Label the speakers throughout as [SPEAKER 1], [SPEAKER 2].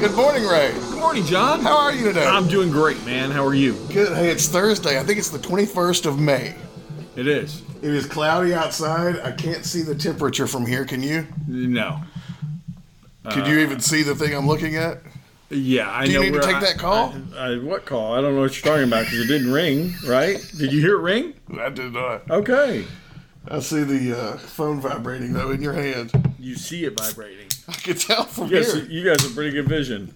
[SPEAKER 1] Good morning, Ray.
[SPEAKER 2] Good morning, John.
[SPEAKER 1] How are you today?
[SPEAKER 2] I'm doing great, man. How are you?
[SPEAKER 1] good. Hey, it's Thursday. I think it's the 21st of May.
[SPEAKER 2] It is.
[SPEAKER 1] It is cloudy outside. I can't see the temperature from here. Can you?
[SPEAKER 2] No.
[SPEAKER 1] Could you even see the thing I'm looking at?
[SPEAKER 2] Yeah, I
[SPEAKER 1] Do you
[SPEAKER 2] know.
[SPEAKER 1] need to
[SPEAKER 2] where
[SPEAKER 1] take
[SPEAKER 2] I-
[SPEAKER 1] that call?
[SPEAKER 2] I, I- what call? I don't know what you're talking about because it didn't ring, right? Did you hear it ring?
[SPEAKER 1] I did not.
[SPEAKER 2] Okay.
[SPEAKER 1] I see the uh, phone vibrating though in your hand.
[SPEAKER 2] You see it vibrating.
[SPEAKER 1] I can tell from
[SPEAKER 2] You guys,
[SPEAKER 1] here.
[SPEAKER 2] you guys have pretty good vision.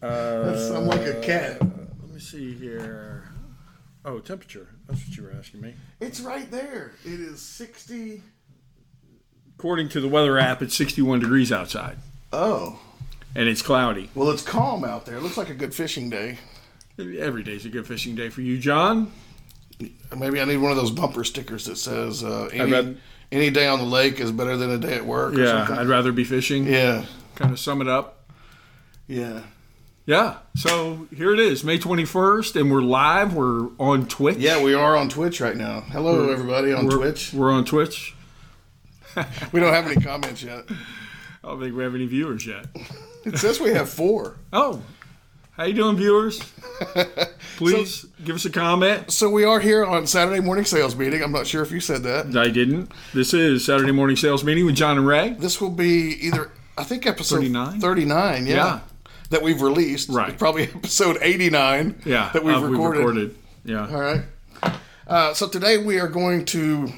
[SPEAKER 1] That's- I'm like a cat.
[SPEAKER 2] Let me see here. Oh, temperature. That's what you were asking me.
[SPEAKER 1] It's right there. It is 60.
[SPEAKER 2] According to the weather app, it's 61 degrees outside,
[SPEAKER 1] Oh,
[SPEAKER 2] and it's cloudy.
[SPEAKER 1] well, it's calm out there. It looks like a good fishing day.
[SPEAKER 2] Every day's a good fishing day for you, John.
[SPEAKER 1] Maybe I need one of those bumper stickers that says uh, any,
[SPEAKER 2] bet-
[SPEAKER 1] any day on the lake is better than a day at work. Or
[SPEAKER 2] Yeah,
[SPEAKER 1] something.
[SPEAKER 2] I'd rather be fishing.
[SPEAKER 1] yeah,
[SPEAKER 2] Kind of sum it up.
[SPEAKER 1] yeah.
[SPEAKER 2] Yeah. So here it is, May 21st, and we're live. We're on Twitch.
[SPEAKER 1] Yeah, we are on Twitch right now. Hello, everybody on
[SPEAKER 2] we're,
[SPEAKER 1] Twitch.
[SPEAKER 2] We're on Twitch.
[SPEAKER 1] We don't have any comments yet.
[SPEAKER 2] I don't think we have any viewers yet.
[SPEAKER 1] It says we have four.
[SPEAKER 2] Oh, how you doing, viewers? Please give us a comment.
[SPEAKER 1] So we are here on Saturday morning sales meeting. I'm not sure if you said that.
[SPEAKER 2] I didn't. This is Saturday morning sales meeting with John and Ray.
[SPEAKER 1] This will be either I think episode
[SPEAKER 2] 39?
[SPEAKER 1] 39, yeah,
[SPEAKER 2] Yeah.
[SPEAKER 1] that we've released.
[SPEAKER 2] Right.
[SPEAKER 1] Probably episode 89.
[SPEAKER 2] Yeah,
[SPEAKER 1] that we've,
[SPEAKER 2] uh,
[SPEAKER 1] recorded.
[SPEAKER 2] Yeah.
[SPEAKER 1] All right. Uh, so today we are going to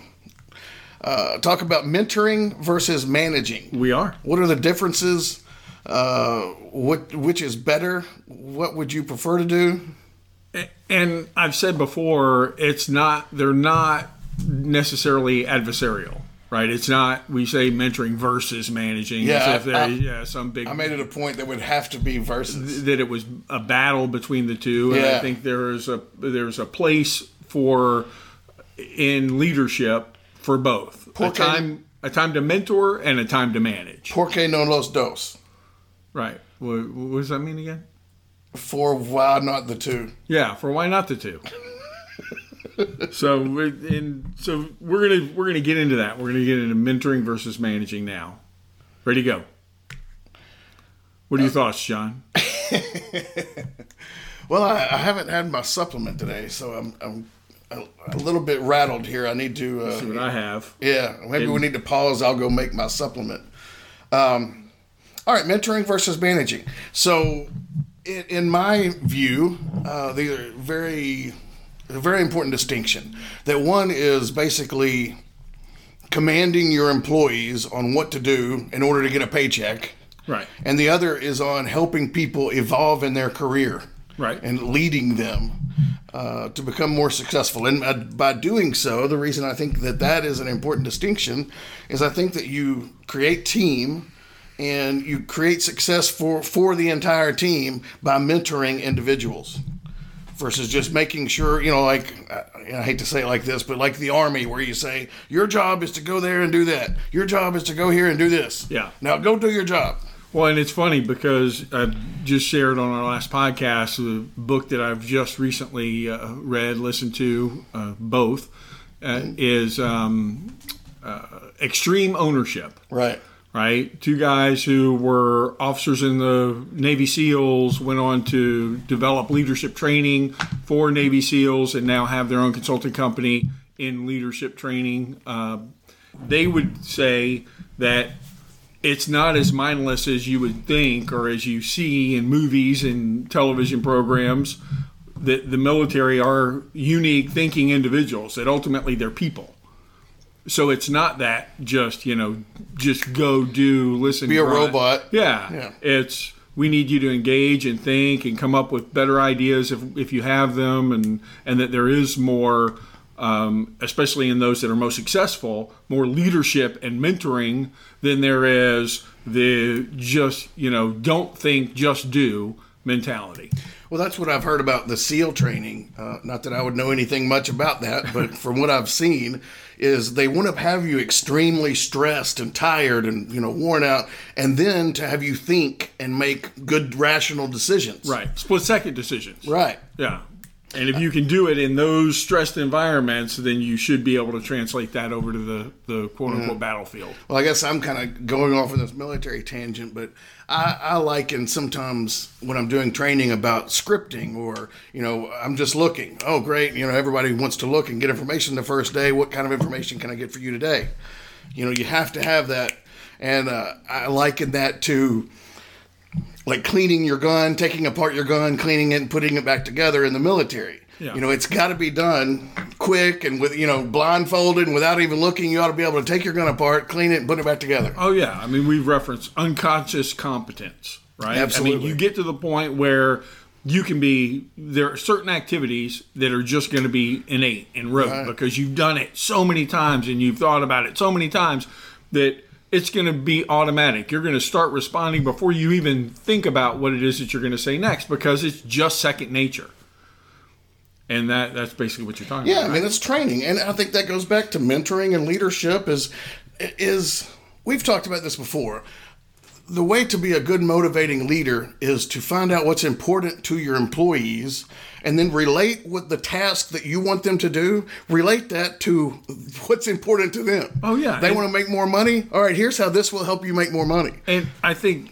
[SPEAKER 1] uh, talk about mentoring versus managing.
[SPEAKER 2] We are.
[SPEAKER 1] What are the differences? Uh, what which is better? What would you prefer to do?
[SPEAKER 2] And I've said before, it's not, they're not necessarily adversarial, right? It's not, we say mentoring versus managing.
[SPEAKER 1] Yeah,
[SPEAKER 2] as if
[SPEAKER 1] I-
[SPEAKER 2] there, yeah, some big.
[SPEAKER 1] I made it a point that would have to be versus.
[SPEAKER 2] that it was a battle between the two, and
[SPEAKER 1] Yeah.
[SPEAKER 2] I think there is a there's a place for in leadership for both a
[SPEAKER 1] Porque-
[SPEAKER 2] time a time to mentor and a time to manage.
[SPEAKER 1] Porque no los dos?
[SPEAKER 2] Right. What, what does that mean again?
[SPEAKER 1] For why not the two?
[SPEAKER 2] Yeah. For why not the two? so we- and so we're gonna we're gonna get into that. We're gonna get into mentoring versus managing now. Ready to go. What are your thoughts, John?
[SPEAKER 1] Well, I, I haven't had my supplement today, so I'm I'm a, a little bit rattled here. I need to. Uh,
[SPEAKER 2] See what I have.
[SPEAKER 1] Yeah, maybe we need to pause. I'll go make my supplement. Um, all right, mentoring versus managing. So, in, in my view, uh, these are very, a very important distinction. That one is basically commanding your employees on what to do in order to get a paycheck,
[SPEAKER 2] Right.
[SPEAKER 1] and the other is on helping people evolve in their career
[SPEAKER 2] Right.
[SPEAKER 1] and leading them uh, to become more successful. And uh, by doing so, the reason I think that that is an important distinction is I think that you create team and you create success for, for the entire team by mentoring individuals versus just making sure, you know, like, I, I hate to say it like this, but like the army where you say, your job is to go there and do that. Your job is to go here and do this.
[SPEAKER 2] Yeah.
[SPEAKER 1] Now go do your job.
[SPEAKER 2] Well, and it's funny because I just shared on our last podcast the book that I've just recently uh, read, listened to, uh, both, uh, is um, uh, Extreme Ownership,
[SPEAKER 1] Right.
[SPEAKER 2] right? Two guys who were officers in the Navy SEALs went on to develop leadership training for Navy SEALs and now have their own consulting company in leadership training. Uh, they would say that it's not as mindless as you would think or as you see in movies and television programs that the military are unique thinking individuals that ultimately they're people so it's not that just you know just go do listen
[SPEAKER 1] Be a
[SPEAKER 2] grunt.
[SPEAKER 1] robot.
[SPEAKER 2] yeah.
[SPEAKER 1] Yeah.
[SPEAKER 2] it's we need you to engage and think and come up with better ideas if, if you have them and and that there is more um, especially in those that are most successful more leadership and mentoring than there is the just you know don't think just do mentality
[SPEAKER 1] Well, that's what I've heard about the SEAL training. Uh, not that I would know anything much about that, but from what I've seen, is they want to have you extremely stressed and tired and you know worn out, and then to have you think and make good rational decisions.
[SPEAKER 2] right split second decisions
[SPEAKER 1] Right.
[SPEAKER 2] yeah And if you can do it in those stressed environments, then you should be able to translate that over to the, the quote unquote battlefield.
[SPEAKER 1] Well, I guess I'm kind of going off on this military tangent, but I, I like and sometimes when I'm doing training about scripting or, you know, I'm just looking. Oh, great. You know, everybody wants to look and get information the first day. What kind of information can I get for you today? You know, you have to have that. And uh, I liken that to like cleaning your gun, taking apart your gun, cleaning it, and putting it back together in the military.
[SPEAKER 2] Yeah.
[SPEAKER 1] You know, it's got to be done quick and with you know blindfolded and without even looking. You ought to be able to take your gun apart, clean it, and put it back together.
[SPEAKER 2] Oh yeah, I mean we've referenced unconscious competence, right? I mean
[SPEAKER 1] Absolutely.
[SPEAKER 2] you get to the point where you can be there are certain activities that are just going to be innate and rote because you've done it so many times and you've thought about it so many times that it's going to be automatic. You're going to start responding before you even think about what it is that you're going to say next because it's just second nature. And that that's basically what you're talking
[SPEAKER 1] Yeah,
[SPEAKER 2] about.
[SPEAKER 1] I mean it's training, and I think that goes back to mentoring and leadership. Is is we've talked about this before. The way to be a good motivating leader is to find out what's important to your employees and then relate what the task that you want them to do, relate that to what's important to them.
[SPEAKER 2] Oh, yeah.
[SPEAKER 1] They
[SPEAKER 2] And-
[SPEAKER 1] want to make more money? All right, here's how this will help you make more money.
[SPEAKER 2] And I think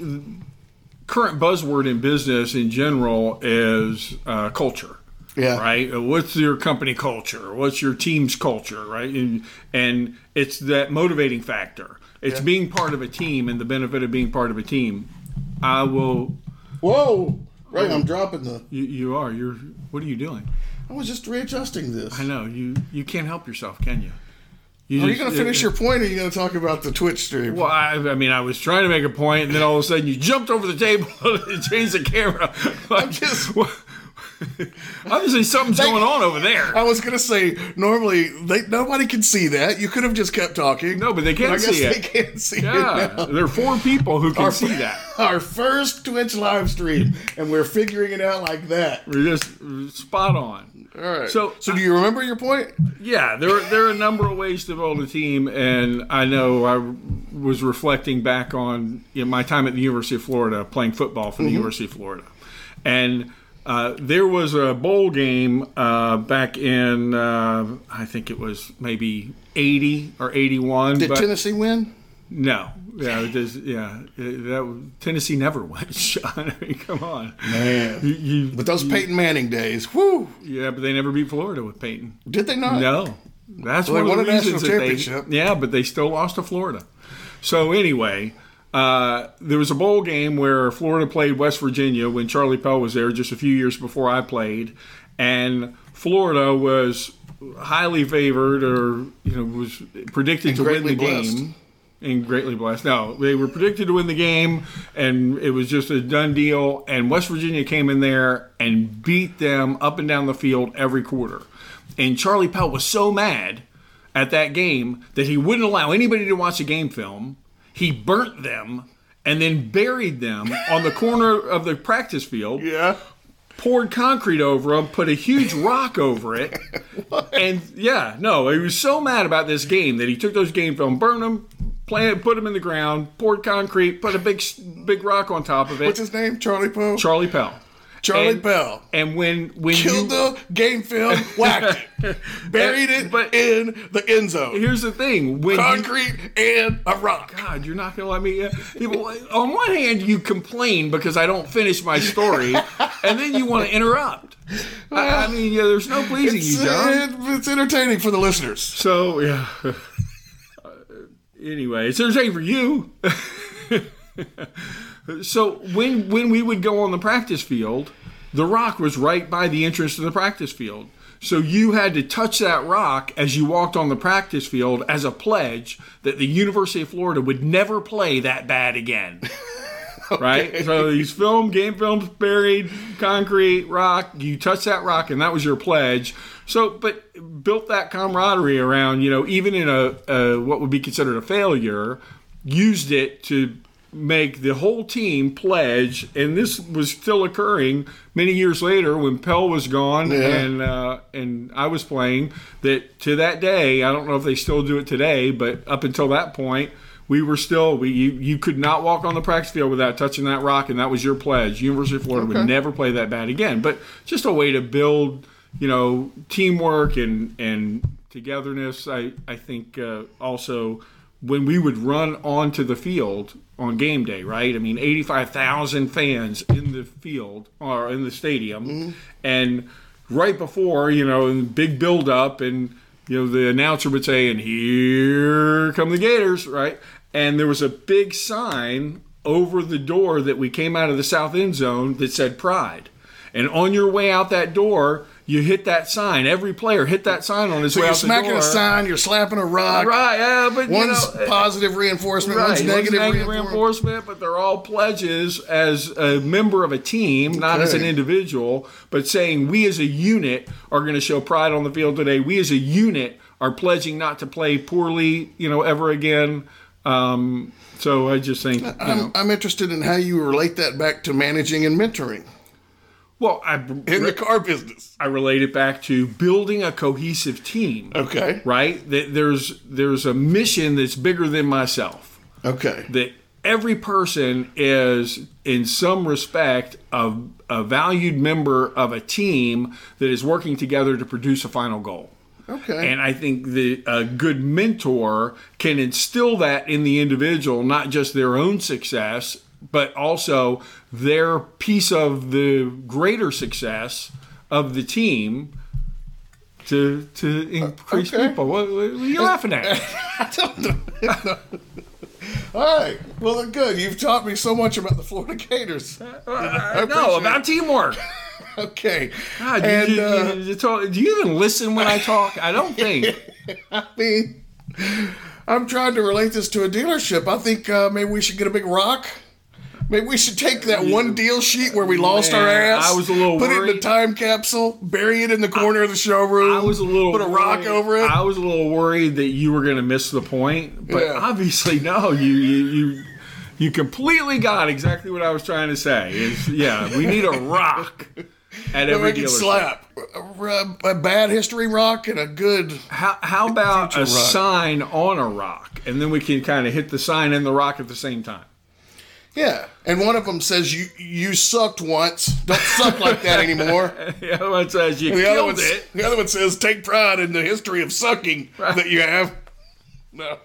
[SPEAKER 2] current buzzword in business in general is uh, culture.
[SPEAKER 1] Yeah.
[SPEAKER 2] Right. Uh, What's your company culture? What's your team's culture? Right. And and it's that motivating factor. It's being part of a team and the benefit of being part of a team. I will.
[SPEAKER 1] Whoa. Right, I'm dropping the
[SPEAKER 2] You, you are. You're. What are you doing?
[SPEAKER 1] I was just readjusting this.
[SPEAKER 2] I know you. You can't help yourself, can you? you
[SPEAKER 1] Are you
[SPEAKER 2] just-
[SPEAKER 1] going to finish your point or are you going to talk about the Twitch stream?
[SPEAKER 2] Well, I, I mean, I was trying to make a point, and then all of a sudden you jumped over the table and changed the camera. Like,
[SPEAKER 1] just-
[SPEAKER 2] obviously something's going on over there.
[SPEAKER 1] I was gonna say normally they, nobody can see that. You could have just kept talking.
[SPEAKER 2] No, but they can
[SPEAKER 1] I guess
[SPEAKER 2] see
[SPEAKER 1] they
[SPEAKER 2] it.
[SPEAKER 1] can see it.
[SPEAKER 2] Yeah,
[SPEAKER 1] now.
[SPEAKER 2] there are four people who can see that.
[SPEAKER 1] Our first Twitch live stream, and we're figuring it out like that.
[SPEAKER 2] We're just spot on.
[SPEAKER 1] All right.
[SPEAKER 2] So-
[SPEAKER 1] so do you remember your point?
[SPEAKER 2] Yeah, there are, there are a number of ways to build a team, and I know I was reflecting back on you know, my time at the University of Florida playing football for the University of Florida, and uh, there was a bowl game uh, back in uh, I think it was maybe eighty or eighty one.
[SPEAKER 1] Did Tennessee win?
[SPEAKER 2] No, yeah, it is, yeah, it- that Tennessee never went. Sean, I mean, come on, You-
[SPEAKER 1] Man.
[SPEAKER 2] you-
[SPEAKER 1] But those Peyton Manning days, whoo!
[SPEAKER 2] yeah, but they never beat Florida with Peyton.
[SPEAKER 1] Did they not?
[SPEAKER 2] No, that's
[SPEAKER 1] they
[SPEAKER 2] one of
[SPEAKER 1] won
[SPEAKER 2] the
[SPEAKER 1] a national
[SPEAKER 2] reasons that
[SPEAKER 1] championship.
[SPEAKER 2] they. Yeah, but they still lost to Florida. So anyway, uh, there was a bowl game where Florida played West Virginia when Charlie Pell was there just a few years before I played, and Florida was highly favored or you know was predicted to win
[SPEAKER 1] greatly
[SPEAKER 2] the
[SPEAKER 1] blessed.
[SPEAKER 2] game and greatly blessed. No, they were predicted to win the game, and it was just a done deal. And West Virginia came in there and beat them up and down the field every quarter. And Charlie Pell was so mad at that game that he wouldn't allow anybody to watch a game film. He burnt them and then buried them on the corner of the practice field
[SPEAKER 1] Yeah.
[SPEAKER 2] poured concrete over him, put a huge rock over it, and yeah, no, he was so mad about this game that he took those game film, burned them, planted, put them in the ground, poured concrete, put a big big rock on top of it.
[SPEAKER 1] What's his name? Charlie Poe.
[SPEAKER 2] Charlie Pell.
[SPEAKER 1] Charlie
[SPEAKER 2] and-
[SPEAKER 1] Bell.
[SPEAKER 2] And when when
[SPEAKER 1] Killed
[SPEAKER 2] you,
[SPEAKER 1] the game film, whacked it, buried it
[SPEAKER 2] But-
[SPEAKER 1] in the end zone.
[SPEAKER 2] here's the thing, when you,
[SPEAKER 1] Concrete and a rock.
[SPEAKER 2] God, you're not gonna let me. uh, People, on one hand, you complain because I don't finish my story, and then you want to interrupt. I, I mean, yeah, there's no pleasing
[SPEAKER 1] It's,
[SPEAKER 2] you, John.
[SPEAKER 1] it's entertaining for the listeners.
[SPEAKER 2] So yeah. Uh, anyway, it's entertaining for you. so when when we would go on the practice field, the rock was right by the entrance to the practice field. So you had to touch that rock as you walked on the practice field as a pledge that the University of Florida would never play that bad again. Right? So these film, game films buried, concrete, rock, you touch that rock and that was your pledge. So but built that camaraderie around, you know, even in a, a what would be considered a failure, used it to make the whole team pledge and this was still occurring many years later when Pell was gone and uh, and I was playing that to that day I don't know if they still do it today but up until that point we were still we you, you could not walk on the practice field without touching that rock and that was your pledge University of Florida would never play that bad again but just a way to build you know, teamwork and and togetherness. I I think uh, also when we would run onto the field on game day, right? I mean, eighty five thousand fans in the field or in the stadium,
[SPEAKER 1] Mm-hmm.
[SPEAKER 2] and right before you know, and big build up, and you know the announcer would say, "And here come the Gators," right? And there was a big sign over the door that we came out of the south end zone that said "Pride." And on your way out that door, you hit that sign. Every player hit that sign on his
[SPEAKER 1] So
[SPEAKER 2] way
[SPEAKER 1] you're
[SPEAKER 2] out the door.
[SPEAKER 1] smacking a sign, you're slapping a rock.
[SPEAKER 2] Right, yeah, but
[SPEAKER 1] One's
[SPEAKER 2] you know,
[SPEAKER 1] positive reinforcement,
[SPEAKER 2] right,
[SPEAKER 1] one's negative, reinforcement.
[SPEAKER 2] reinforcement, but they're all pledges as a member of a team, not as an
[SPEAKER 1] Okay.
[SPEAKER 2] individual, but saying we as a unit are going to show pride on the field today. We as a unit are pledging not to play poorly, you know, ever again. Um, so I just think, you know,
[SPEAKER 1] I'm, I'm interested in how you relate that back to managing and mentoring
[SPEAKER 2] well, I,
[SPEAKER 1] in the car business.
[SPEAKER 2] I relate it back to building a cohesive team,
[SPEAKER 1] Okay.
[SPEAKER 2] right? That there's there's a mission that's bigger than myself.
[SPEAKER 1] Okay.
[SPEAKER 2] that every person is in some respect a, a valued member of a team that is working together to produce a final goal
[SPEAKER 1] Okay.
[SPEAKER 2] and i think the a good mentor can instill that in the individual not just their own success but also their piece of the greater success of the team to to increase
[SPEAKER 1] okay.
[SPEAKER 2] people what, what are you laughing at
[SPEAKER 1] All right. Well, then good. You've taught me so much about the Florida Gators.
[SPEAKER 2] no
[SPEAKER 1] appreciate
[SPEAKER 2] about teamwork
[SPEAKER 1] Okay.
[SPEAKER 2] God, do,
[SPEAKER 1] and
[SPEAKER 2] you,
[SPEAKER 1] uh,
[SPEAKER 2] you- you talk- do you even listen when I talk? I don't think.
[SPEAKER 1] I mean, I'm trying to relate this to a dealership. I think uh, maybe we should get a big rock. Maybe we should take that one deal sheet where we lost our
[SPEAKER 2] Man,
[SPEAKER 1] ass.
[SPEAKER 2] I was a little
[SPEAKER 1] put it in a
[SPEAKER 2] worried.
[SPEAKER 1] time capsule, bury it in the corner of the showroom.
[SPEAKER 2] I was a little
[SPEAKER 1] put a rock
[SPEAKER 2] worried-
[SPEAKER 1] over it.
[SPEAKER 2] I was a little worried that you were going to miss the point, but
[SPEAKER 1] Yeah.
[SPEAKER 2] obviously no. You you you you completely got exactly what I was trying to say. Is yeah, we need a rock at every
[SPEAKER 1] Make it
[SPEAKER 2] dealership.
[SPEAKER 1] slap a, a- a bad history rock and a good.
[SPEAKER 2] How, how about a
[SPEAKER 1] rock.
[SPEAKER 2] sign on a rock, and then we can kind of hit the sign and the rock at the same time.
[SPEAKER 1] Yeah, and one of them says you you sucked once. Don't suck like that anymore.
[SPEAKER 2] The other one says you
[SPEAKER 1] The other, one,
[SPEAKER 2] killed
[SPEAKER 1] s-
[SPEAKER 2] it.
[SPEAKER 1] the other one says, take pride in the history of sucking that you have. No.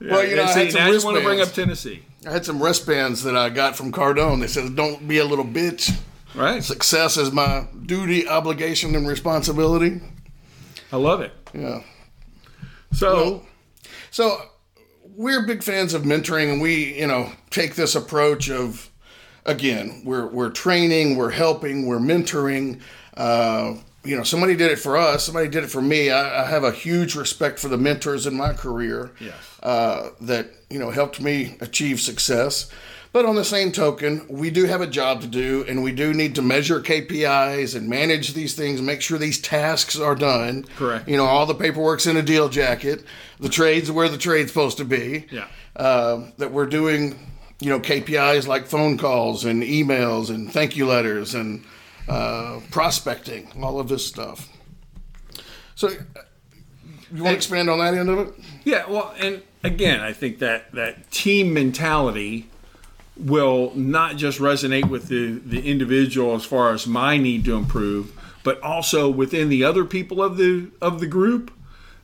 [SPEAKER 1] Well, you know, I
[SPEAKER 2] See,
[SPEAKER 1] had, some
[SPEAKER 2] now you want to bring
[SPEAKER 1] wristbands.
[SPEAKER 2] up Tennessee,
[SPEAKER 1] I had some wristbands that I got from Cardone that says, don't be a little bitch.
[SPEAKER 2] right?
[SPEAKER 1] Success is my duty, obligation, and responsibility.
[SPEAKER 2] I love it.
[SPEAKER 1] Yeah.
[SPEAKER 2] So.
[SPEAKER 1] So we're big fans of mentoring, and we, you know, take this approach of, again, we're we're training, we're helping, we're mentoring. Uh, you know, somebody did it for us. Somebody did it for me. I, I have a huge respect for the mentors in my career
[SPEAKER 2] Yes.
[SPEAKER 1] uh, that you know helped me achieve success. But on the same token, we do have a job to do, and we do need to measure KPIs and manage these things, make sure these tasks are done.
[SPEAKER 2] Correct.
[SPEAKER 1] You know, all the paperwork's in a deal jacket. The trades where the trade's supposed to be.
[SPEAKER 2] Yeah.
[SPEAKER 1] Um, that we're doing, you know, KPIs like phone calls and emails and thank you letters and uh, prospecting, all of this stuff. So, uh, you want to expand on that end of it?
[SPEAKER 2] Yeah, well, and again, I think that that team mentality will not just resonate with the the individual as far as my need to improve, but also within the other people of the of the group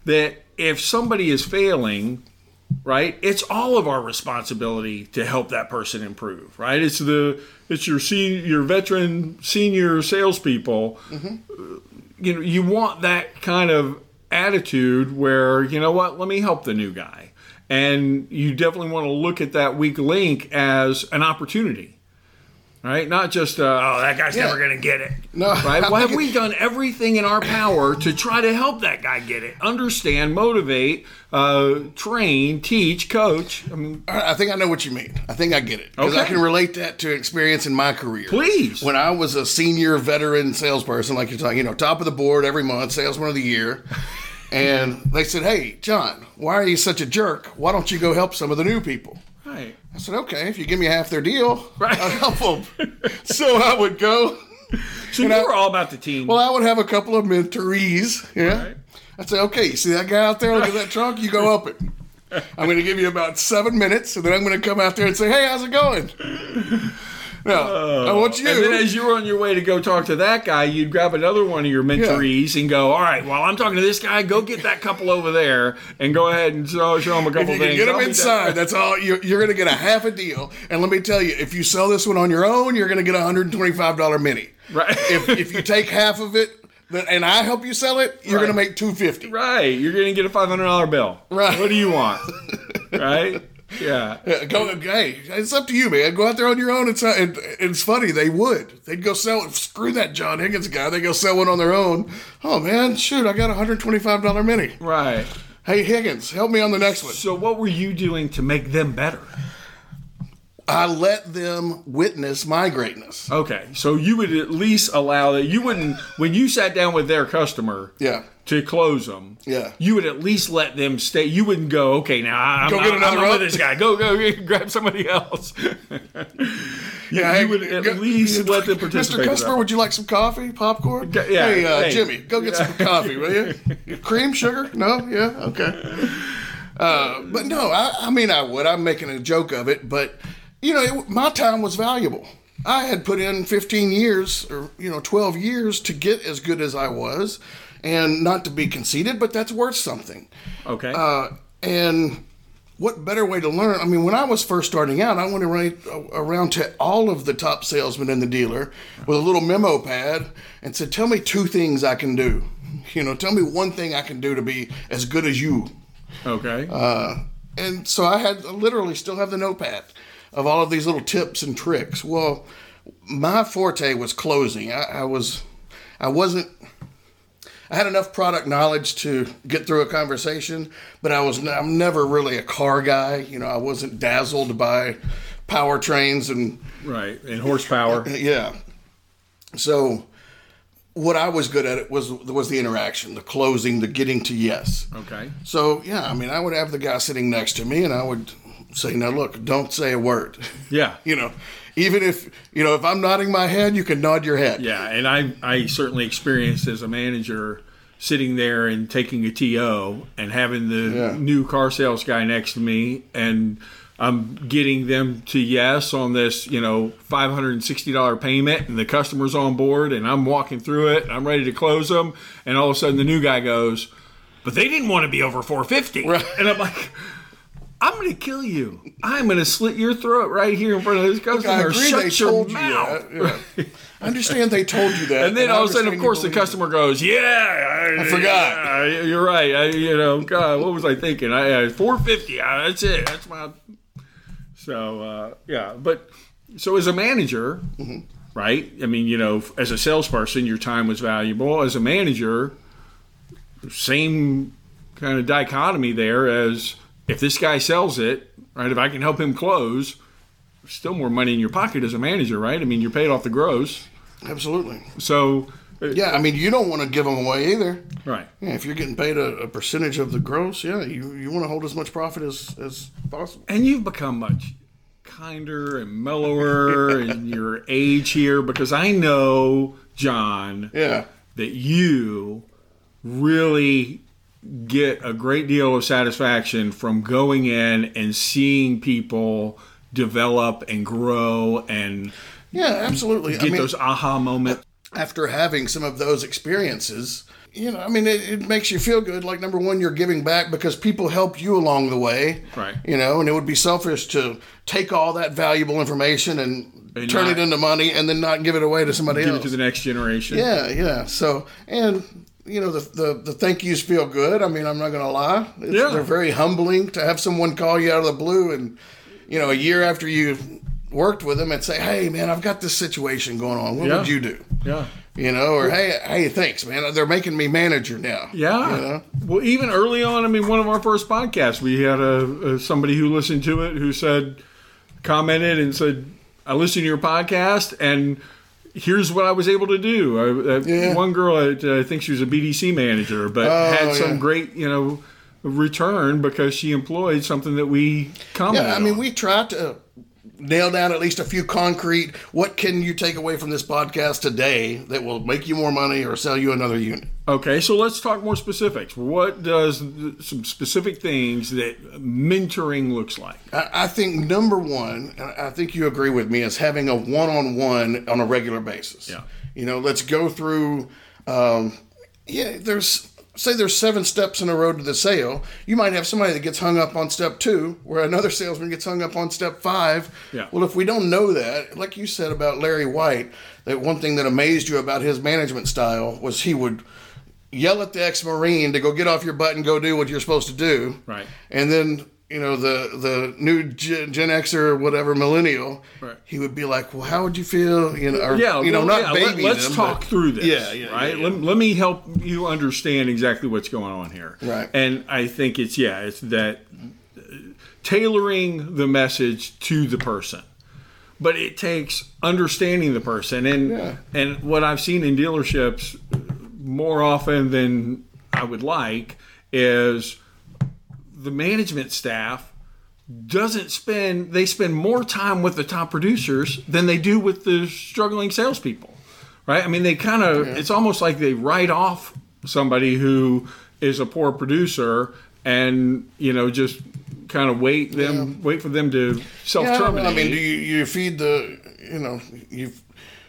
[SPEAKER 2] that if somebody is failing, right? It's all of our responsibility to help that person improve, right? It's the it's your se- your veteran senior salespeople you know you want that kind of attitude where you know what let me help the new guy and you definitely want to look at that weak link as an opportunity right not just uh, oh that guy's never going to get it
[SPEAKER 1] No,
[SPEAKER 2] right
[SPEAKER 1] I
[SPEAKER 2] well have
[SPEAKER 1] think
[SPEAKER 2] we done everything in our power to try to help that guy get it understand motivate uh, train teach coach i mean
[SPEAKER 1] All right, I think I know what you mean. I think I get it because I
[SPEAKER 2] Okay.
[SPEAKER 1] can relate that to experience in my career.
[SPEAKER 2] Please.
[SPEAKER 1] when I was a senior veteran salesperson, like you're talking, you know, top of the board every month, salesman of the year, and they said, "Hey, John, why are you such a jerk? Why don't you go help some of the new people?"
[SPEAKER 2] right
[SPEAKER 1] I said, "Okay, if you give me half their deal,
[SPEAKER 2] Right.
[SPEAKER 1] I'll help them." so I would go.
[SPEAKER 2] so you were all about the team
[SPEAKER 1] Well, I would have a couple of mentorees. Yeah.
[SPEAKER 2] Right.
[SPEAKER 1] I'd say, okay, you see that guy out there? Look at that trunk. You go up it. I'm going to give you about seven minutes, and then I'm going to come out there and say, hey, how's it going? Yeah. I want you.
[SPEAKER 2] And then as you were on your way to go talk to that guy, you'd grab another one of your mentorees and go, all right, while I'm talking to this guy, go get that couple over there and go ahead and show, show him a
[SPEAKER 1] if
[SPEAKER 2] couple
[SPEAKER 1] you can
[SPEAKER 2] things.
[SPEAKER 1] get them
[SPEAKER 2] I'll be down."
[SPEAKER 1] inside, that's all. You're, you're going to get a half a deal. And let me tell you, if you sell this one on your own, you're going to get a $125 mini.
[SPEAKER 2] Right.
[SPEAKER 1] If, if you take half of it then- and I help you sell it, you're
[SPEAKER 2] Right.
[SPEAKER 1] going to make 250
[SPEAKER 2] Right. You're going to get a $500 bill.
[SPEAKER 1] Right.
[SPEAKER 2] What do you want? right? Yeah.
[SPEAKER 1] Yeah, Go, hey, it's up to you, man. Go out there on your own. It's and it's funny. They would. They'd go sell. Screw that John Higgins guy. They go sell one on their own. Oh man, shoot! I got a hundred twenty-five dollar mini.
[SPEAKER 2] Right.
[SPEAKER 1] Hey Higgins, help me on the next one.
[SPEAKER 2] So what were you doing to make them better?
[SPEAKER 1] I let them witness my greatness.
[SPEAKER 2] Okay. So you would at least allow that you wouldn't when you sat down with their customer
[SPEAKER 1] Yeah.
[SPEAKER 2] to close them.
[SPEAKER 1] Yeah.
[SPEAKER 2] You would at least let them stay. You wouldn't go, okay, now I'm,
[SPEAKER 1] Go get
[SPEAKER 2] I'm- I'm
[SPEAKER 1] another
[SPEAKER 2] not
[SPEAKER 1] one."
[SPEAKER 2] with this guy. Go, go, get- grab somebody else.
[SPEAKER 1] Yeah,
[SPEAKER 2] you
[SPEAKER 1] hey,
[SPEAKER 2] would at
[SPEAKER 1] go-
[SPEAKER 2] least let them participate.
[SPEAKER 1] Mr.
[SPEAKER 2] in
[SPEAKER 1] Customer,
[SPEAKER 2] that.
[SPEAKER 1] would you like some coffee, popcorn?
[SPEAKER 2] G- yeah,
[SPEAKER 1] hey, uh,
[SPEAKER 2] hey.
[SPEAKER 1] Jimmy, go get some coffee, will you? Cream, sugar? No, yeah, okay. Uh, but no, I, I mean, I would. I'm making a joke of it, but you know, it, my time was valuable. I had put in 15 years, or you know, 12 years to get as good as I was, and not to be conceited, but that's worth something.
[SPEAKER 2] Okay.
[SPEAKER 1] Uh, and what better way to learn? I mean, when I was first starting out, I went around, around to all of the top salesmen in the dealer with a little memo pad and said, Tell me two things I can do. You know, tell me one thing I can do to be as good as you.
[SPEAKER 2] okay.
[SPEAKER 1] Uh, and so I had I literally still have the notepad of all of these little tips and tricks. Well, my forte was closing. I, I was, I wasn't. I had enough product knowledge to get through a conversation, but I was. n- I'm never really a car guy. You know, I wasn't dazzled by powertrains and
[SPEAKER 2] right. And horsepower.
[SPEAKER 1] yeah. So, what I was good at it was was the interaction, the closing, the getting to yes.
[SPEAKER 2] Okay.
[SPEAKER 1] So yeah, I mean, I would have the guy sitting next to me, and I would say, "Now look, don't say a word."
[SPEAKER 2] Yeah.
[SPEAKER 1] you know, even if you know if I'm nodding my head, you can nod your head.
[SPEAKER 2] Yeah, and I I certainly experienced as a manager sitting there and taking a TO and having the
[SPEAKER 1] Yeah.
[SPEAKER 2] new car sales guy next to me and I'm getting them to yes on this, you know, five hundred and sixty dollar payment, and the customer's on board, and I'm walking through it, and I'm ready to close them, and all of a sudden the new guy goes, "But they didn't want to be over four fifty,
[SPEAKER 1] Right.
[SPEAKER 2] and I'm like, "I'm going to kill you! I'm going to slit your throat right here in front of this customer.
[SPEAKER 1] I agree.
[SPEAKER 2] Shut
[SPEAKER 1] they
[SPEAKER 2] your
[SPEAKER 1] told
[SPEAKER 2] mouth!"
[SPEAKER 1] you that. Yeah. I understand they told you that.
[SPEAKER 2] And then
[SPEAKER 1] I
[SPEAKER 2] all of a sudden, of
[SPEAKER 1] understand you
[SPEAKER 2] course, the
[SPEAKER 1] believe it.
[SPEAKER 2] customer goes, "Yeah, I,
[SPEAKER 1] forgot."
[SPEAKER 2] yeah, you're right. I, you know, God, what was I thinking? I, I 450. I, that's it. That's my." So uh, yeah, but so as a manager, right? I mean, you know, as a salesperson, your time was valuable. As a manager, same kind of dichotomy there. As if this guy sells it, right? If I can help him close, still more money in your pocket as a manager, right? I mean, you're paid off the gross,
[SPEAKER 1] Absolutely.
[SPEAKER 2] so. uh,
[SPEAKER 1] Yeah, I mean, you don't want to give them away either.
[SPEAKER 2] Right.
[SPEAKER 1] Yeah, if you're getting paid a, a percentage of the gross, yeah, you, you want to hold as much profit as, as possible.
[SPEAKER 2] And you've become much kinder and mellower in your age here because I know, John,
[SPEAKER 1] Yeah.
[SPEAKER 2] that you really get a great deal of satisfaction from going in and seeing people develop and grow and
[SPEAKER 1] Yeah, absolutely.
[SPEAKER 2] get those aha moments.
[SPEAKER 1] after having some of those experiences, you know, I mean, it, it makes you feel good. Like, number one, you're giving back because people helped you along the way.
[SPEAKER 2] Right.
[SPEAKER 1] You know, and it would be selfish to take all that valuable information and,
[SPEAKER 2] And
[SPEAKER 1] turn
[SPEAKER 2] not-
[SPEAKER 1] it into money and then not give it away to somebody
[SPEAKER 2] Give
[SPEAKER 1] else.
[SPEAKER 2] it to the next generation.
[SPEAKER 1] yeah, yeah. So, and, you know, the, the, the thank yous feel good. I mean, I'm not going to lie. It's,
[SPEAKER 2] Yeah.
[SPEAKER 1] They're very humbling to have someone call you out of the blue and, you know, a year after you've worked with them and say, hey, man, I've got this situation going on. What
[SPEAKER 2] Yeah.
[SPEAKER 1] would you do?
[SPEAKER 2] Yeah.
[SPEAKER 1] You know, or hey, hey, thanks, man. They're making me manager now.
[SPEAKER 2] Yeah.
[SPEAKER 1] You know?
[SPEAKER 2] Well, even early on, I mean, one of our first podcasts, we had a, a somebody who listened to it who said, commented and said, "I listened to your podcast, and here's what I was able to do." I, uh,
[SPEAKER 1] Yeah.
[SPEAKER 2] One girl, I, I think she was a BDC manager, but
[SPEAKER 1] Oh,
[SPEAKER 2] had some
[SPEAKER 1] yeah.
[SPEAKER 2] great, you know, return because she employed something that we commented.
[SPEAKER 1] Yeah. I mean,
[SPEAKER 2] on.
[SPEAKER 1] we tried to nail down at least a few concrete. What can you take away from this podcast today that will make you more money or sell you another unit?
[SPEAKER 2] Okay, so let's talk more specifics. What does some specific things that mentoring looks like?
[SPEAKER 1] I, I think number one, and I think you agree with me, is having a one on one on a regular basis.
[SPEAKER 2] Yeah.
[SPEAKER 1] You know, let's go through. Um, yeah, there's say there's seven steps in a road to the sale. You might have somebody that gets hung up on step two, where another salesman gets hung up on step five.
[SPEAKER 2] Yeah.
[SPEAKER 1] Well, if we don't know that, like you said about Larry White, that one thing that amazed you about his management style was he would yell at the ex-marine to go get off your butt and go do what you're supposed to do.
[SPEAKER 2] Right.
[SPEAKER 1] And then you know the the new Gen, Gen Xer or whatever millennial,
[SPEAKER 2] Right.
[SPEAKER 1] he would be like, "Well, how would you feel?" You know, or,
[SPEAKER 2] Yeah,
[SPEAKER 1] you know,
[SPEAKER 2] well,
[SPEAKER 1] not
[SPEAKER 2] yeah,
[SPEAKER 1] baby.
[SPEAKER 2] Let, us
[SPEAKER 1] them,
[SPEAKER 2] talk
[SPEAKER 1] but-
[SPEAKER 2] through this.
[SPEAKER 1] Yeah, yeah,
[SPEAKER 2] right.
[SPEAKER 1] yeah, yeah.
[SPEAKER 2] Let, let me help you understand exactly what's going on here.
[SPEAKER 1] Right.
[SPEAKER 2] And I think it's yeah, it's that uh, tailoring the message to the person, but it takes understanding the person and
[SPEAKER 1] Yeah.
[SPEAKER 2] and what I've seen in dealerships uh, more often than I would like is the management staff doesn't spend they spend more time with the top producers than they do with the struggling salespeople right i mean they kind of it's almost like they write off somebody who is a poor producer and you know just kind of wait them wait for them to
[SPEAKER 1] Yeah, I don't know.
[SPEAKER 2] self-terminate
[SPEAKER 1] I mean, do you, you feed the you know you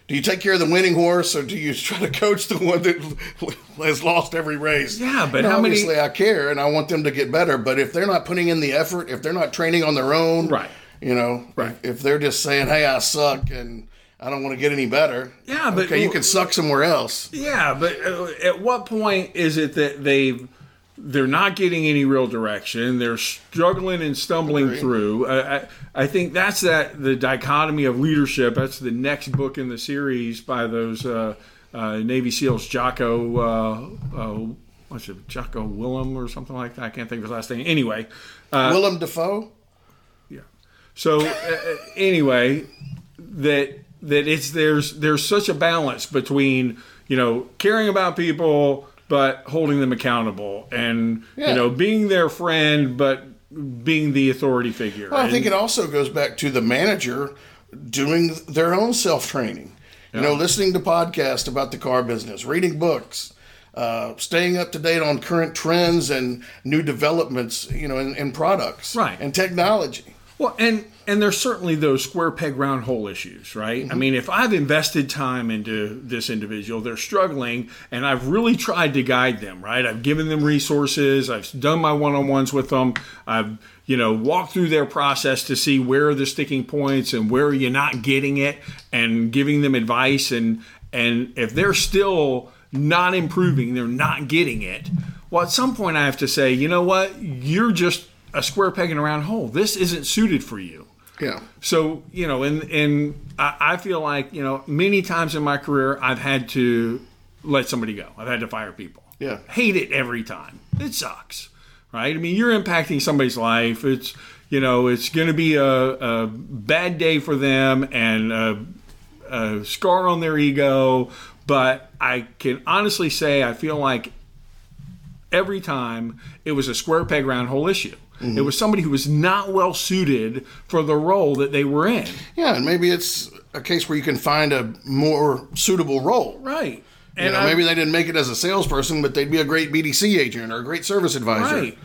[SPEAKER 1] do you take care of the winning horse or do you try to coach the one that has lost every race?
[SPEAKER 2] Yeah, but
[SPEAKER 1] You know,
[SPEAKER 2] how many-
[SPEAKER 1] obviously I care and I want them to get better. But if they're not putting in the effort, if they're not training on their own,
[SPEAKER 2] Right.
[SPEAKER 1] You know,
[SPEAKER 2] Right.
[SPEAKER 1] If, if they're just saying, "Hey, I suck," and I don't want to get any better.
[SPEAKER 2] Yeah, but-
[SPEAKER 1] okay, you can suck somewhere else.
[SPEAKER 2] Yeah, but uh, at what point is it that they they're not getting any real direction? They're struggling and stumbling through. Uh, I I think that's that the dichotomy of leadership. That's the next book in the series by those uh, uh, Navy SEALs, Jocko. Uh, uh, What's it, Jocko Willem or something like that? I can't think of his last name. Anyway, Uh,
[SPEAKER 1] Willem Dafoe.
[SPEAKER 2] yeah. So uh, uh, anyway, that that it's there's there's such a balance between you know caring about people but holding them accountable and
[SPEAKER 1] Yeah.
[SPEAKER 2] you know being their friend but being the authority figure.
[SPEAKER 1] Well, I think it also goes back to the manager doing their own self training. You know, listening to podcasts about the car business, reading books, uh, staying up to date on current trends and new developments. You know, in, in products,
[SPEAKER 2] Right.
[SPEAKER 1] and technology.
[SPEAKER 2] Well, and and there's certainly those square peg round hole issues, right? I mean, if I've invested time into this individual, they're struggling, and I've really tried to guide them, right? I've given them resources, I've done my one-on-ones with them, I've you know walked through their process to see where are the sticking points and where are you not getting it, and giving them advice, and and if they're still not improving, they're not getting it. Well, at some point, I have to say, you know what? You're just a square peg in a round hole. This isn't suited for you.
[SPEAKER 1] Yeah,
[SPEAKER 2] So you know, and and I, I feel like you know, many times in my career, I've had to let somebody go. I've had to fire people.
[SPEAKER 1] Yeah.
[SPEAKER 2] hate it every time. It sucks, right? I mean, you're impacting somebody's life. It's you know, it's going to be a, a bad day for them and a, a scar on their ego. But I can honestly say, I feel like every time it was a square peg round hole issue. It was somebody who was not well suited for the role that they were in.
[SPEAKER 1] yeah, and maybe it's a case where you can find a more suitable role.
[SPEAKER 2] Right. And
[SPEAKER 1] You know,
[SPEAKER 2] I-
[SPEAKER 1] maybe they didn't make it as a salesperson, but they'd be a great BDC agent or a great service advisor,
[SPEAKER 2] Right.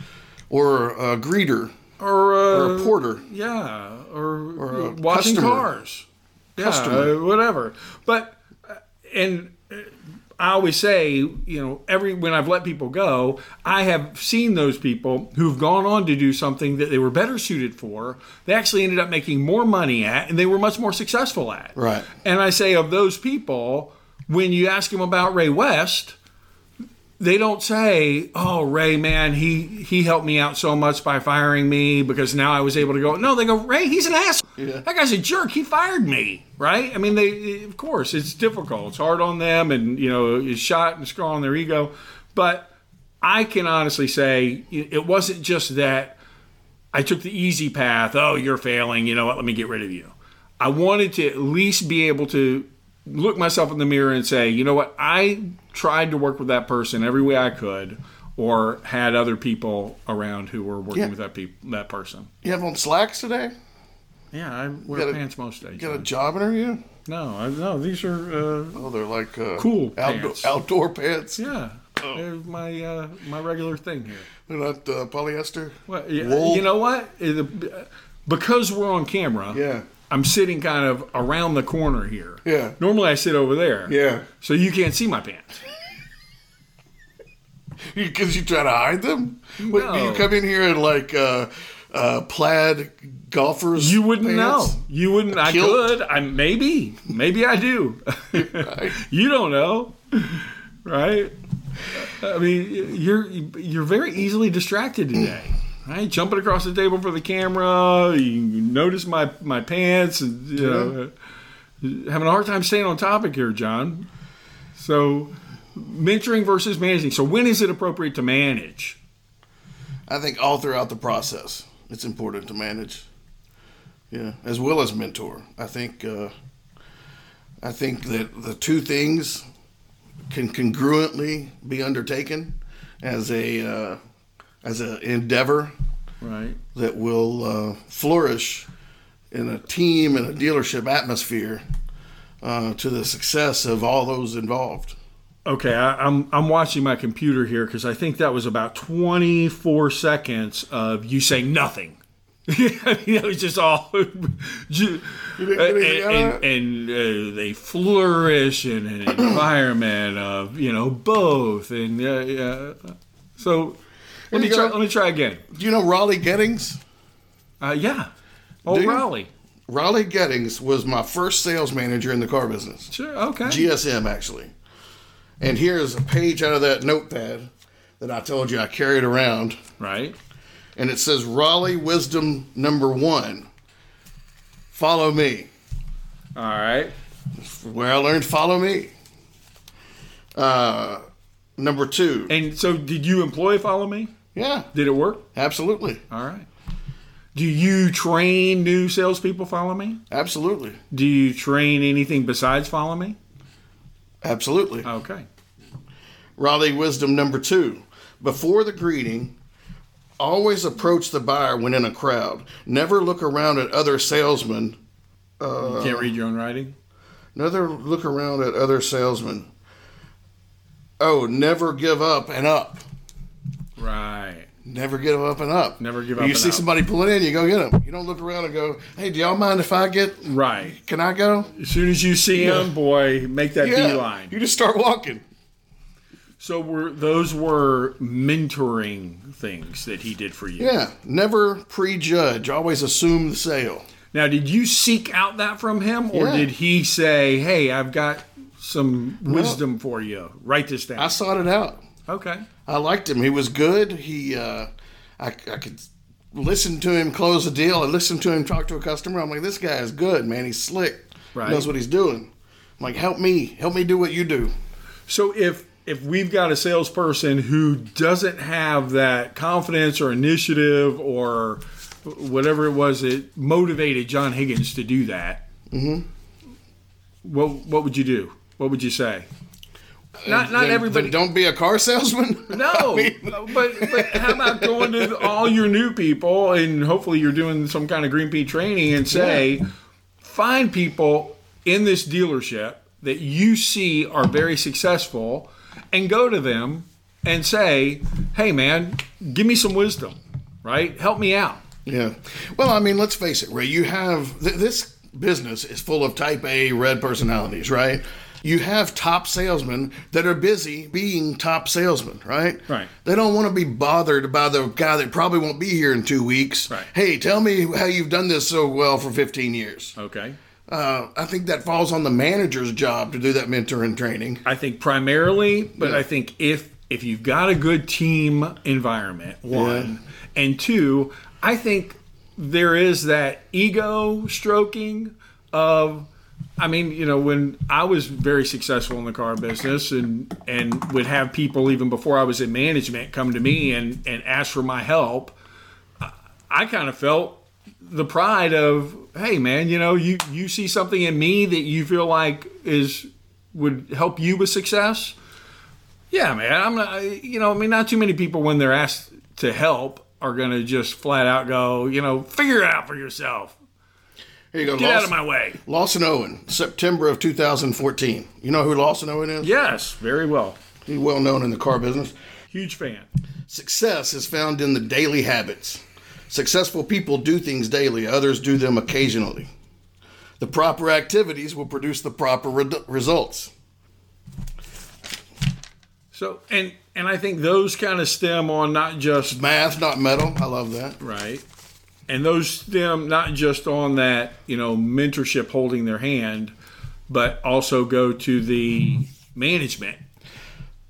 [SPEAKER 1] or a greeter
[SPEAKER 2] or, uh,
[SPEAKER 1] or a porter.
[SPEAKER 2] yeah, or,
[SPEAKER 1] a
[SPEAKER 2] washing
[SPEAKER 1] customer.
[SPEAKER 2] cars, yeah,
[SPEAKER 1] Customer.
[SPEAKER 2] uh, whatever. But uh, and uh, I always say, you know, every when I've let people go, I have seen those people who've gone on to do something that they were better suited for. They actually ended up making more money at, and they were much more successful at.
[SPEAKER 1] Right.
[SPEAKER 2] And I say of those people, when you ask them about Ray West they don't say, "Oh, Ray, man, he he helped me out so much by firing me because now I was able to go." No, they go, "Ray, he's an asshole. That guy's a jerk. He fired me." Right? I mean, they of course it's difficult. It's hard on them, and you know, it's shot and scar on their ego. But I can honestly say it it wasn't just that I took the easy path. Oh, you're failing. You know what? Let me get rid of you. I wanted to at least be able to look myself in the mirror and say, you know what? I tried to work with that person every way I could, or had other people around who were working
[SPEAKER 1] Yeah.
[SPEAKER 2] with that peop that person.
[SPEAKER 1] You have on slacks today?
[SPEAKER 2] Yeah, I wear
[SPEAKER 1] Got a-
[SPEAKER 2] pants most days.
[SPEAKER 1] Got a job interview?
[SPEAKER 2] no, I, no, these are uh,
[SPEAKER 1] Oh, they're like uh,
[SPEAKER 2] Cool
[SPEAKER 1] outdoor
[SPEAKER 2] pants.
[SPEAKER 1] outdoor pants.
[SPEAKER 2] yeah. There's my uh, my regular thing here.
[SPEAKER 1] They're not uh, polyester.
[SPEAKER 2] Well, yeah,
[SPEAKER 1] Wool.
[SPEAKER 2] you know what? It- because we're on camera,
[SPEAKER 1] Yeah.
[SPEAKER 2] I'm sitting kind of around the corner here.
[SPEAKER 1] Yeah.
[SPEAKER 2] Normally I sit over there.
[SPEAKER 1] Yeah,
[SPEAKER 2] So you can't see my pants.
[SPEAKER 1] because you try to hide them. What, do you
[SPEAKER 2] No.
[SPEAKER 1] come in here in like uh, uh, plaid golfers.
[SPEAKER 2] You wouldn't
[SPEAKER 1] pants?
[SPEAKER 2] know. You wouldn't. I
[SPEAKER 1] kilt?
[SPEAKER 2] could. I maybe. Maybe I do. you don't know, right? I mean, you're you're very easily distracted today. Right, jumping across the table for the camera. You notice my my pants, and you know, having a hard time staying on topic here, John. So, mentoring versus managing. So, when is it appropriate to manage?
[SPEAKER 1] I think all throughout the process, it's important to manage. Yeah, as well as mentor. I think uh, I think that the two things can congruently be undertaken as a uh, as an endeavor
[SPEAKER 2] Right.
[SPEAKER 1] that will uh, flourish in a team and a dealership atmosphere uh, to the success of all those involved.
[SPEAKER 2] Okay, I, I'm I'm watching my computer here because I think that was about 24 seconds of you saying nothing. that was just all. ju-
[SPEAKER 1] didn't get anything out of
[SPEAKER 2] and and, and, uh, they flourish in an environment of you know both and uh, yeah. So let me
[SPEAKER 1] you
[SPEAKER 2] try,
[SPEAKER 1] go.
[SPEAKER 2] let me try again.
[SPEAKER 1] Do you know Raleigh Gettings?
[SPEAKER 2] Uh, yeah. Oh,
[SPEAKER 1] Do you?
[SPEAKER 2] Raleigh.
[SPEAKER 1] Raleigh Gettings was my first sales manager in the car business.
[SPEAKER 2] Sure. Okay.
[SPEAKER 1] GSM actually. And here's a page out of that notepad that I told you I carried around,
[SPEAKER 2] right.
[SPEAKER 1] and it says Raleigh Wisdom Number One. Follow me.
[SPEAKER 2] All right.
[SPEAKER 1] Where I learned follow me. Uh, number two.
[SPEAKER 2] And so, did you employ Follow Me?
[SPEAKER 1] Yeah,
[SPEAKER 2] Did it work?
[SPEAKER 1] absolutely,
[SPEAKER 2] All right. Do you train new salespeople follow me?
[SPEAKER 1] absolutely,
[SPEAKER 2] Do you train anything besides follow me?
[SPEAKER 1] absolutely.
[SPEAKER 2] Okay.
[SPEAKER 1] Raleigh Wisdom Number Two. Before the greeting, always approach the buyer when in a crowd. Never look around at other salesmen
[SPEAKER 2] You can't read your own writing?
[SPEAKER 1] Another look around at other salesmen. Oh, never give up and up.
[SPEAKER 2] Right.
[SPEAKER 1] Never give up and up.
[SPEAKER 2] Never give
[SPEAKER 1] You
[SPEAKER 2] up and
[SPEAKER 1] see
[SPEAKER 2] up.
[SPEAKER 1] somebody pulling in, you go get them. You don't look around and go, "Hey, do y'all mind if I get?
[SPEAKER 2] Right.
[SPEAKER 1] Can I go?"
[SPEAKER 2] As soon as you see
[SPEAKER 1] Yeah.
[SPEAKER 2] him, boy, make that beeline.
[SPEAKER 1] You just start walking.
[SPEAKER 2] So were those were mentoring things that he did for you.
[SPEAKER 1] Yeah. Never prejudge. Always assume the sale.
[SPEAKER 2] Now, did you seek out that from him or
[SPEAKER 1] Yeah.
[SPEAKER 2] did he say, "Hey, I've got some wisdom for you. Write this down."
[SPEAKER 1] I sought it out.
[SPEAKER 2] okay.
[SPEAKER 1] I liked him. He was good. He, uh, I, I could listen to him close a deal. I listened to him talk to a customer. I'm like, this guy is good, man. He's slick.
[SPEAKER 2] Right.
[SPEAKER 1] Knows what he's doing. I'm like, help me, help me do what you do.
[SPEAKER 2] So if if we've got a salesperson who doesn't have that confidence or initiative or whatever it was that motivated John Higgins to do that,
[SPEAKER 1] Mm-hmm.
[SPEAKER 2] what what would you do? What would you say? Not not
[SPEAKER 1] Then-
[SPEAKER 2] everybody.
[SPEAKER 1] then don't be a car salesman.
[SPEAKER 2] no,
[SPEAKER 1] I mean,
[SPEAKER 2] but but how about going to all your new people and hopefully you're doing some kind of green pea training and say, find people in this dealership that you see are very successful, and go to them and say, hey man, give me some wisdom, right? Help me out.
[SPEAKER 1] yeah. Well, I mean, let's face it, Ray. You have th- this business is full of Type A red personalities, right? You have top salesmen that are busy being top salesmen, right?
[SPEAKER 2] Right.
[SPEAKER 1] They don't want to be bothered by the guy that probably won't be here in two weeks.
[SPEAKER 2] Right.
[SPEAKER 1] Hey, tell me how you've done this so well for 15 years.
[SPEAKER 2] Okay.
[SPEAKER 1] Uh, I think that falls on the manager's job to do that mentoring training.
[SPEAKER 2] I think primarily, but I think if if you've got a good team environment, one and two, I think there is that ego stroking of I mean, you know, when I was very successful in the car business and and would have people even before I was in management come to me and and ask for my help, I- I kind of felt the pride of hey man you know you you see something in me that you feel like is would help you with success yeah man i'm not you know i mean not too many people when they're asked to help are gonna just flat out go you know figure it out for yourself
[SPEAKER 1] Here you go.
[SPEAKER 2] get out
[SPEAKER 1] Lawson,
[SPEAKER 2] of my way
[SPEAKER 1] Lawson Owen, September of 2014. You know who Lawson Owen is?
[SPEAKER 2] yes very well
[SPEAKER 1] He's well known in the car business.
[SPEAKER 2] Huge fan.
[SPEAKER 1] Success is found in the daily habits. Successful people do things daily, others do them occasionally. The proper activities will produce the proper re- results.
[SPEAKER 2] So and and I think those kind of stem on not just
[SPEAKER 1] Math, not metal. I love that.
[SPEAKER 2] right, and those stem not just on that you know mentorship holding their hand, but also go to the management.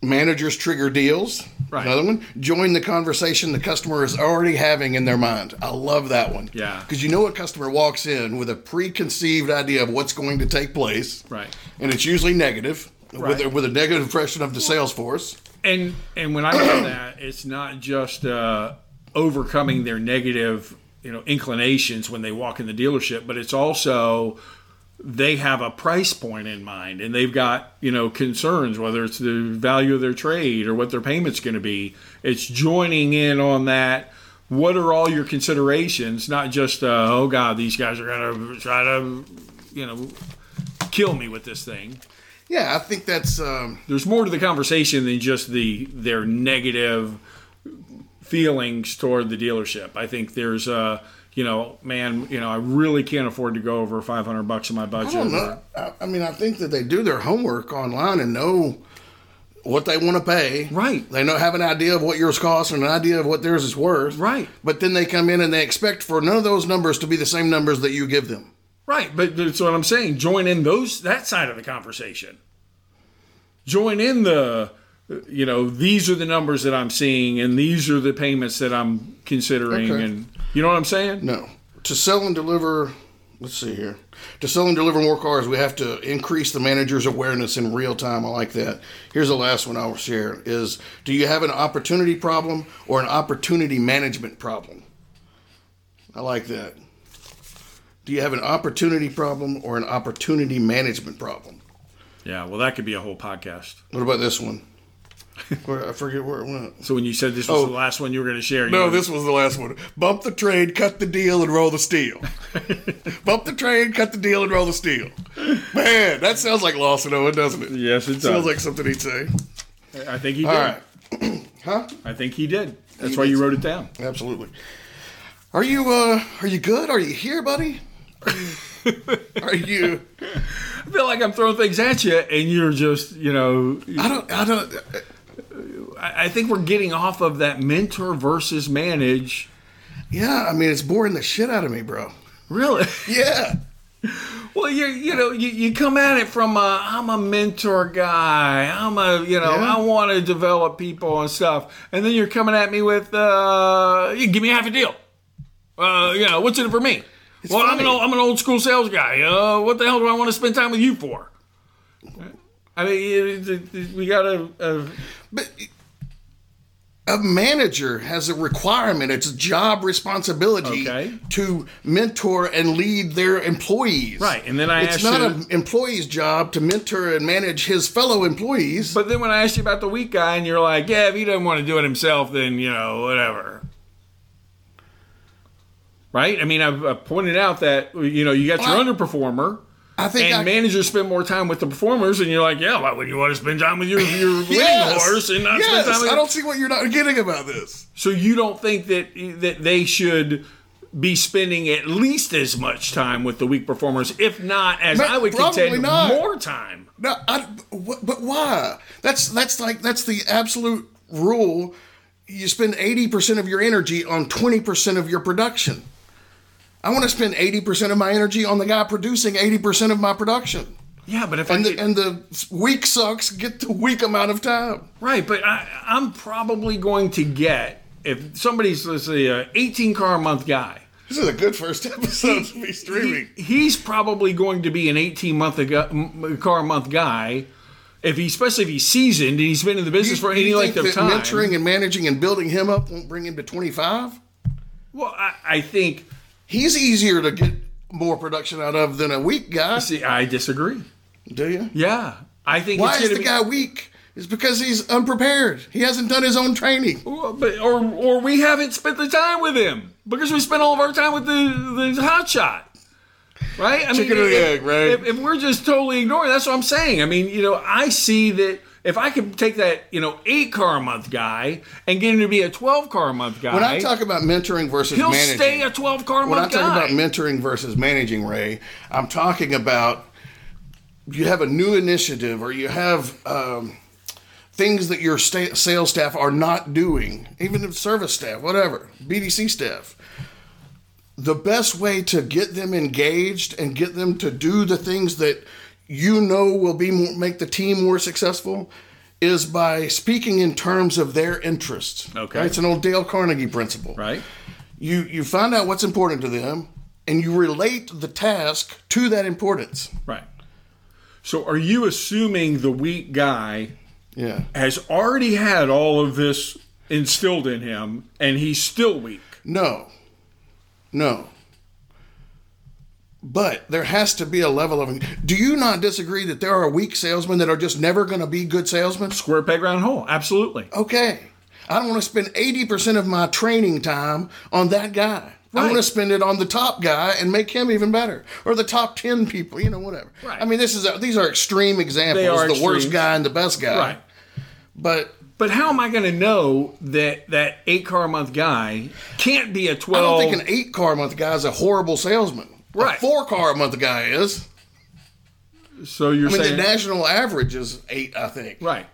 [SPEAKER 1] Managers trigger deals.
[SPEAKER 2] Right.
[SPEAKER 1] Another one. Join the conversation the customer is already having in their mind. I love that one.
[SPEAKER 2] Yeah.
[SPEAKER 1] Because you know a customer walks in with a preconceived idea of what's going to take place.
[SPEAKER 2] Right.
[SPEAKER 1] And it's usually negative, with, a,
[SPEAKER 2] Right.
[SPEAKER 1] with a negative impression of the sales force.
[SPEAKER 2] And and when I hear that, it's not just uh, overcoming their negative, you know, inclinations when they walk in the dealership, but it's also they have a price point in mind and they've got you know concerns whether it's the value of their trade or what their payment's going to be it's joining in on that what are all your considerations not just uh, oh god these guys are going to try to you know kill me with this thing
[SPEAKER 1] Yeah, I think that's. Um,
[SPEAKER 2] there's more to the conversation than just the their negative feelings toward the dealership. I think there's uh, you know, man, you know, I really can't afford to go over 500 bucks in my budget.
[SPEAKER 1] I don't know. I, I mean, I think that they do their homework online and know what they want to pay.
[SPEAKER 2] Right.
[SPEAKER 1] They know have an idea of what yours costs and an idea of what theirs is worth.
[SPEAKER 2] Right.
[SPEAKER 1] But then they come in and they expect for none of those numbers to be the same numbers that you give them.
[SPEAKER 2] Right, but that's what I'm saying. Join in those that side of the conversation. Join in the you know, these are the numbers that I'm seeing and these are the payments that I'm considering
[SPEAKER 1] Okay.
[SPEAKER 2] and you know what I'm saying?
[SPEAKER 1] No. To sell and deliver, let's see here. To sell and deliver more cars, we have to increase the manager's awareness in real time. I like that. Here's the last one I'll share is do you have an opportunity problem or an opportunity management problem? I like that. Do you have an opportunity problem or an opportunity management problem?
[SPEAKER 2] Yeah, well that could be a whole podcast.
[SPEAKER 1] What about this one? Where, I forget where it went.
[SPEAKER 2] So when you said this was the last one you were going to share, you
[SPEAKER 1] Oh. No,
[SPEAKER 2] were-
[SPEAKER 1] this was the last one. Bump the trade, cut the deal, and roll the steel. Bump the trade, cut the deal, and roll the steel. Man, that sounds like Lawson Owen, doesn't it?
[SPEAKER 2] Yes, it
[SPEAKER 1] Sounds
[SPEAKER 2] does.
[SPEAKER 1] like something he'd say.
[SPEAKER 2] I think he did.
[SPEAKER 1] All right. huh?
[SPEAKER 2] I think he did. That's
[SPEAKER 1] He
[SPEAKER 2] why
[SPEAKER 1] did.
[SPEAKER 2] you wrote it down.
[SPEAKER 1] Absolutely. Are you uh are you good? Are you here, buddy? Are you
[SPEAKER 2] I feel like I'm throwing things at you, and you're just, you know,
[SPEAKER 1] I don't I don't
[SPEAKER 2] I, I think we're getting off of that mentor versus manage.
[SPEAKER 1] Yeah, I mean it's boring the shit out of me, bro.
[SPEAKER 2] Really?
[SPEAKER 1] Yeah.
[SPEAKER 2] Well, you you know you, you come at it from a I'm a mentor guy. I'm a you know
[SPEAKER 1] Yeah.
[SPEAKER 2] I want to develop people and stuff, and then you're coming at me with uh, you give me half a deal. Uh, you know what's in it for me? well, I'm an
[SPEAKER 1] funny.
[SPEAKER 2] old, I'm an old school sales guy. Uh, what the hell do I want to spend time with you for? I mean, it- it- it- we got to. Uh,
[SPEAKER 1] But a manager has a requirement, it's a job responsibility
[SPEAKER 2] Okay.
[SPEAKER 1] to mentor and lead their employees.
[SPEAKER 2] Right, and then I
[SPEAKER 1] It's
[SPEAKER 2] asked
[SPEAKER 1] not
[SPEAKER 2] you-
[SPEAKER 1] an employee's job to mentor and manage his fellow employees.
[SPEAKER 2] but then when I asked you about the weak guy, and you're like, yeah, if he doesn't want to do it himself, then you know whatever. Right? I mean, I've, i pointed out that you know you got your
[SPEAKER 1] Well, I-
[SPEAKER 2] underperformer.
[SPEAKER 1] I think
[SPEAKER 2] And
[SPEAKER 1] I,
[SPEAKER 2] managers spend more time with the performers, and you're like, yeah, why would you want to spend time with your, your winning
[SPEAKER 1] Yes!
[SPEAKER 2] horse and not spend time
[SPEAKER 1] yes,
[SPEAKER 2] with
[SPEAKER 1] I don't see what you're not getting about this.
[SPEAKER 2] So you don't think that that they should be spending at least as much time with the weak performers, if not as
[SPEAKER 1] No,
[SPEAKER 2] I would
[SPEAKER 1] probably
[SPEAKER 2] contend
[SPEAKER 1] not.
[SPEAKER 2] more time.
[SPEAKER 1] No, I, but but why? That's that's like that's the absolute rule. You spend eighty percent of your energy on twenty percent of your production. I want to spend eighty percent of my energy on the guy producing eighty percent of my production,
[SPEAKER 2] Yeah, but if I
[SPEAKER 1] and
[SPEAKER 2] could-
[SPEAKER 1] the, and the weak sucks get the weak amount of time.
[SPEAKER 2] Right, but I, I'm probably going to get if somebody's let's say a 18 car a month guy.
[SPEAKER 1] This is a good first episode to be streaming.
[SPEAKER 2] he- he's probably going to be an 18 month ago, m- car a month guy. If he, especially if he's seasoned and he's been in the business for
[SPEAKER 1] Do
[SPEAKER 2] any
[SPEAKER 1] you
[SPEAKER 2] length
[SPEAKER 1] think
[SPEAKER 2] of
[SPEAKER 1] that
[SPEAKER 2] time.
[SPEAKER 1] mentoring and managing and building him up won't bring him to twenty five?
[SPEAKER 2] Well, I, I think.
[SPEAKER 1] He's easier to get more production out of than a weak guy.
[SPEAKER 2] See, I disagree.
[SPEAKER 1] Do you?
[SPEAKER 2] Yeah, I think.
[SPEAKER 1] Why
[SPEAKER 2] it's
[SPEAKER 1] is
[SPEAKER 2] gonna
[SPEAKER 1] the
[SPEAKER 2] be,
[SPEAKER 1] guy weak? It's because he's unprepared. He hasn't done his own training.
[SPEAKER 2] Well, But, or or we haven't spent the time with him because we spent all of our time with the the hot shot, right? I
[SPEAKER 1] Chicken or the egg, right?
[SPEAKER 2] If, if we're just totally ignoring, that's what I'm saying. I mean, you know, I see that If I could take that, you know, eight car a month guy and get him to be a twelve car a month guy,
[SPEAKER 1] When I talk about mentoring versus
[SPEAKER 2] he'll
[SPEAKER 1] managing,
[SPEAKER 2] stay a twelve car a
[SPEAKER 1] when I
[SPEAKER 2] month
[SPEAKER 1] talk
[SPEAKER 2] guy.
[SPEAKER 1] about mentoring versus managing, Ray, I'm talking about you have a new initiative or you have um, things that your sta- sales staff are not doing, even if service staff, whatever, BDC staff. The best way to get them engaged and get them to do the things that you know will be more, make the team more successful is by speaking in terms of their interests.
[SPEAKER 2] Okay.
[SPEAKER 1] Right? It's an old Dale Carnegie principle
[SPEAKER 2] right?
[SPEAKER 1] you you find out what's important to them and you relate the task to that importance
[SPEAKER 2] Right. So are you assuming the weak guy
[SPEAKER 1] yeah
[SPEAKER 2] has already had all of this instilled in him and he's still weak?
[SPEAKER 1] no no but there has to be a level of do you not disagree that there are weak salesmen that are just never going to be good salesmen
[SPEAKER 2] Square peg round hole. Absolutely.
[SPEAKER 1] okay i don't want to spend 80% of my training time on that guy i want to
[SPEAKER 2] Right.
[SPEAKER 1] spend it on the top guy and make him even better or the top 10 people you know whatever
[SPEAKER 2] Right.
[SPEAKER 1] i mean this is a, these are extreme examples
[SPEAKER 2] are
[SPEAKER 1] the worst
[SPEAKER 2] extremes.
[SPEAKER 1] guy and the best guy
[SPEAKER 2] Right.
[SPEAKER 1] but
[SPEAKER 2] But how am I going to know that that eight car a month guy can't be a
[SPEAKER 1] I don't
[SPEAKER 2] twelve?
[SPEAKER 1] think an eight car a month guy is a horrible salesman.
[SPEAKER 2] Oh. Right.
[SPEAKER 1] A four car a month guy is.
[SPEAKER 2] so you're
[SPEAKER 1] I mean,
[SPEAKER 2] saying
[SPEAKER 1] the national average is eight, I think.
[SPEAKER 2] right,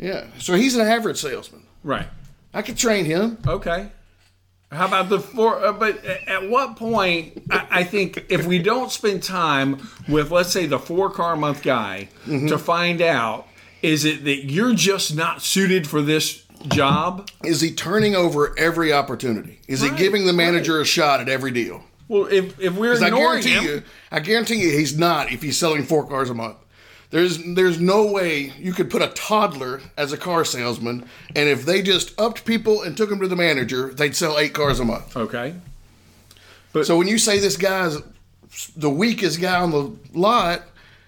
[SPEAKER 1] Yeah. So he's an average salesman.
[SPEAKER 2] right,
[SPEAKER 1] I could train him.
[SPEAKER 2] okay. How about the four? Uh, but a- at what point? I, I think if we don't spend time with, let's say, the four car a month guy
[SPEAKER 1] Mm-hmm.
[SPEAKER 2] to find out, is it that you're just not suited for this job?
[SPEAKER 1] Is he turning over every opportunity? Is he
[SPEAKER 2] Right,
[SPEAKER 1] giving the manager a shot at every deal?
[SPEAKER 2] Well, if if we're
[SPEAKER 1] 'Cause I
[SPEAKER 2] ignoring
[SPEAKER 1] guarantee
[SPEAKER 2] him,
[SPEAKER 1] you, I guarantee you, he's not. If he's selling four cars a month, there's there's no way you could put a toddler as a car salesman, and if they just upped people and took them to the manager, they'd sell eight cars a month.
[SPEAKER 2] okay,
[SPEAKER 1] So when you say this guy's the weakest guy on the lot,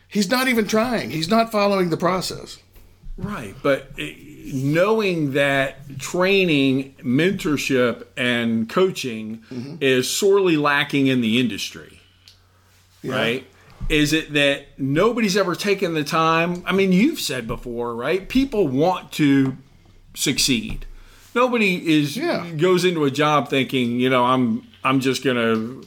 [SPEAKER 1] he's not even trying. He's not following the process.
[SPEAKER 2] Right, but eh, knowing that training, mentorship, and coaching is sorely lacking in the industry, right? Is it that nobody's ever taken the time? I mean, you've said before, right? People want to succeed. Nobody is
[SPEAKER 1] Yeah.
[SPEAKER 2] goes into a job thinking, you know, I'm I'm just gonna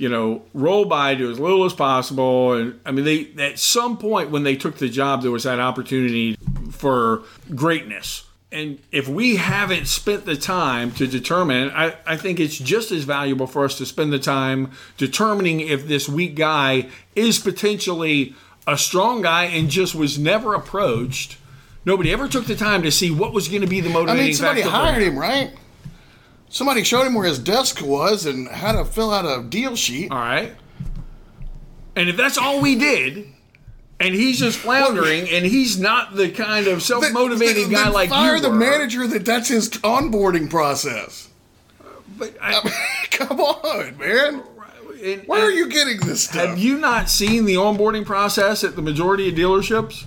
[SPEAKER 2] you know, roll by, do as little as possible. And I mean, they at some point when they took the job, there was that opportunity for greatness. And if we haven't spent the time to determine, I, I think it's just as valuable for us to spend the time determining if this weak guy is potentially a strong guy and just was never approached. Nobody ever took the time to see what was going to be the
[SPEAKER 1] I
[SPEAKER 2] motivating
[SPEAKER 1] mean, somebody
[SPEAKER 2] factor. for
[SPEAKER 1] hired him, right? Somebody showed him where his desk was and how to fill out a deal sheet.
[SPEAKER 2] All right. And if that's all we did, and he's just floundering, and he's not the kind of self-motivating
[SPEAKER 1] Then-
[SPEAKER 2] guy
[SPEAKER 1] then
[SPEAKER 2] like
[SPEAKER 1] fire
[SPEAKER 2] you
[SPEAKER 1] the
[SPEAKER 2] were,
[SPEAKER 1] manager that that's his onboarding process.
[SPEAKER 2] But I,
[SPEAKER 1] Come on, man.
[SPEAKER 2] and-
[SPEAKER 1] Where are
[SPEAKER 2] and
[SPEAKER 1] you getting this stuff?
[SPEAKER 2] Have you not seen the onboarding process at the majority of dealerships?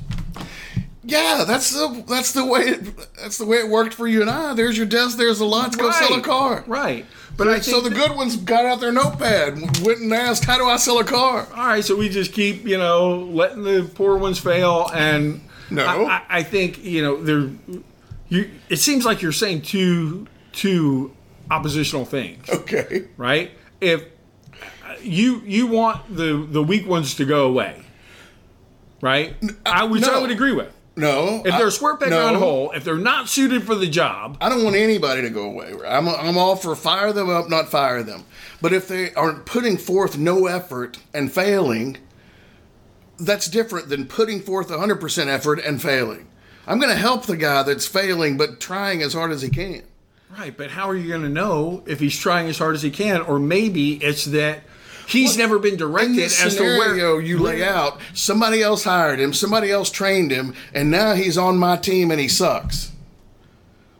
[SPEAKER 1] yeah, that's the that's the way it, that's the way it worked for you and I. There's your desk. There's the lots. Go sell a
[SPEAKER 2] Right.
[SPEAKER 1] car.
[SPEAKER 2] Right. But I think
[SPEAKER 1] So the
[SPEAKER 2] that-
[SPEAKER 1] good ones got out their notepad, w- went and asked, "How do I sell a car?"
[SPEAKER 2] all right, so we just keep you know letting the poor ones fail, and
[SPEAKER 1] No.
[SPEAKER 2] I, I, I think you know they're you. It seems like you're saying two two oppositional things.
[SPEAKER 1] Okay.
[SPEAKER 2] right? If uh, you you want the the weak ones to go away, right? I which I
[SPEAKER 1] uh, no.
[SPEAKER 2] would agree with.
[SPEAKER 1] No.
[SPEAKER 2] If
[SPEAKER 1] I-
[SPEAKER 2] they're square peg
[SPEAKER 1] no,
[SPEAKER 2] round hole, if they're not suited for the job,
[SPEAKER 1] I don't want anybody to go away. I'm, I'm all for fire them up, not fire them. But if they are putting forth no effort and failing, that's different than putting forth 100% effort and failing. I'm going to help the guy that's failing but trying as hard as he can.
[SPEAKER 2] right? But how are you going to know if he's trying as hard as he can, or maybe it's that he's never been
[SPEAKER 1] In
[SPEAKER 2] directed
[SPEAKER 1] this
[SPEAKER 2] as to
[SPEAKER 1] scenario
[SPEAKER 2] where
[SPEAKER 1] you lay out, somebody else hired him, somebody else trained him, and now he's on my team and he sucks.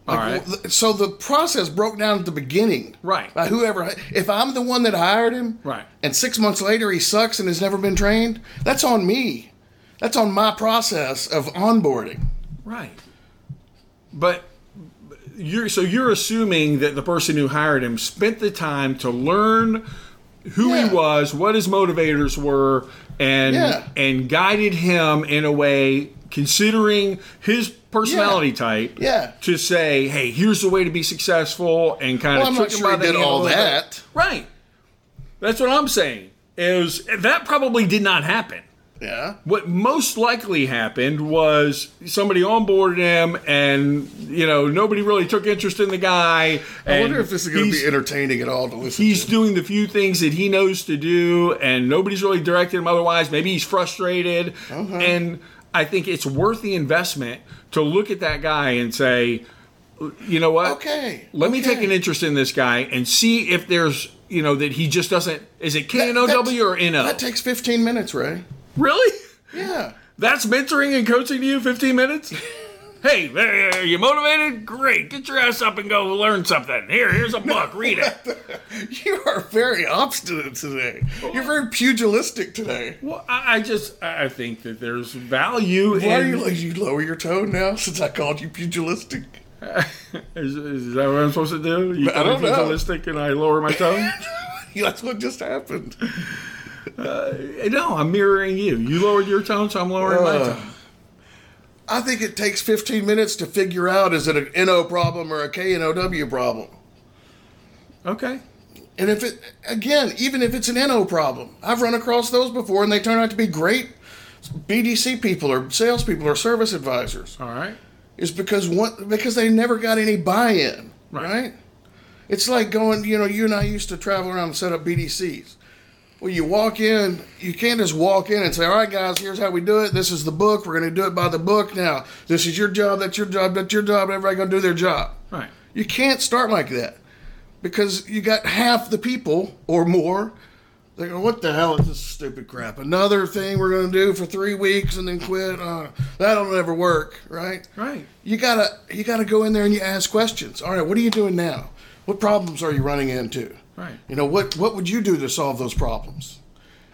[SPEAKER 2] All right,
[SPEAKER 1] Well, th- So the process broke down at the beginning.
[SPEAKER 2] Right.
[SPEAKER 1] By whoever. If I'm the one that hired him,
[SPEAKER 2] Right.
[SPEAKER 1] and six months later he sucks and has never been trained, that's on me. That's on my process of onboarding.
[SPEAKER 2] right. But you're so you're assuming that the person who hired him spent the time to learn who
[SPEAKER 1] Yeah.
[SPEAKER 2] he was, what his motivators were, and
[SPEAKER 1] Yeah.
[SPEAKER 2] and guided him in a way considering his personality
[SPEAKER 1] Yeah.
[SPEAKER 2] type
[SPEAKER 1] Yeah.
[SPEAKER 2] to say, hey, here's the way to be successful and kind
[SPEAKER 1] Well,
[SPEAKER 2] of
[SPEAKER 1] I'm
[SPEAKER 2] took
[SPEAKER 1] not
[SPEAKER 2] him
[SPEAKER 1] sure
[SPEAKER 2] by
[SPEAKER 1] he
[SPEAKER 2] the
[SPEAKER 1] did
[SPEAKER 2] hand a
[SPEAKER 1] all
[SPEAKER 2] little bit.
[SPEAKER 1] that.
[SPEAKER 2] Right. That's what I'm saying. Is that probably did not happen.
[SPEAKER 1] Yeah.
[SPEAKER 2] What most likely happened was somebody onboarded him, and you know nobody really took interest in the guy.
[SPEAKER 1] I wonder if this is going to be entertaining at all to listen
[SPEAKER 2] He's
[SPEAKER 1] to.
[SPEAKER 2] doing the few things that he knows to do, and nobody's really directed him otherwise. Maybe he's frustrated,
[SPEAKER 1] Uh-huh.
[SPEAKER 2] and I think it's worth the investment to look at that guy and say, you know what?
[SPEAKER 1] Okay.
[SPEAKER 2] Let me
[SPEAKER 1] okay.
[SPEAKER 2] take an interest in this guy and see if there's, you know, that he just doesn't. Is it K
[SPEAKER 1] That-
[SPEAKER 2] N O W
[SPEAKER 1] that-
[SPEAKER 2] or N O?
[SPEAKER 1] That takes 15 minutes, Ray.
[SPEAKER 2] Really?
[SPEAKER 1] Yeah.
[SPEAKER 2] That's mentoring and coaching to you, 15 minutes? hey, there, are you motivated? Great. Get your ass up and go learn something. Here, here's a book. Read it.
[SPEAKER 1] You are very obstinate today. You're very pugilistic today.
[SPEAKER 2] well, I, I just, I I think that there's value
[SPEAKER 1] Why are
[SPEAKER 2] in.
[SPEAKER 1] you like you lower your tone now since I called you pugilistic?
[SPEAKER 2] is, is that what I'm supposed to do? You
[SPEAKER 1] I don't know.
[SPEAKER 2] realistic and I lower my tone?
[SPEAKER 1] That's what just happened.
[SPEAKER 2] Eh, no, I'm mirroring you. You lowered your tone, so I'm lowering my
[SPEAKER 1] Uh,
[SPEAKER 2] tone.
[SPEAKER 1] I think it takes 15 minutes to figure out is it an NO problem or a KNOW problem.
[SPEAKER 2] Okay.
[SPEAKER 1] And if it, again, even if it's an NO problem, I've run across those before and they turn out to be great BDC people or salespeople or service advisors.
[SPEAKER 2] All right.
[SPEAKER 1] is because one because they never got any buy-in, right.
[SPEAKER 2] Right.
[SPEAKER 1] It's like going, you know, you and I used to travel around and set up BDCs. Well, you walk in, you can't just walk in and say, "All right, guys, here's how we do it. This is the book. We're going to do it by the book now. This is your job. That's your job. That's your job. Everybody going to do their job."
[SPEAKER 2] Right.
[SPEAKER 1] You can't start like that because you got half the people or more. They go, what the hell is this stupid crap? Another thing we're going to do for three weeks and then quit. Uh, that'll never work, right?
[SPEAKER 2] Right.
[SPEAKER 1] You gotta you gotta go in there and you ask questions. All right, what are you doing now? What problems are you running into?
[SPEAKER 2] Right.
[SPEAKER 1] You know what what would you do to solve those problems?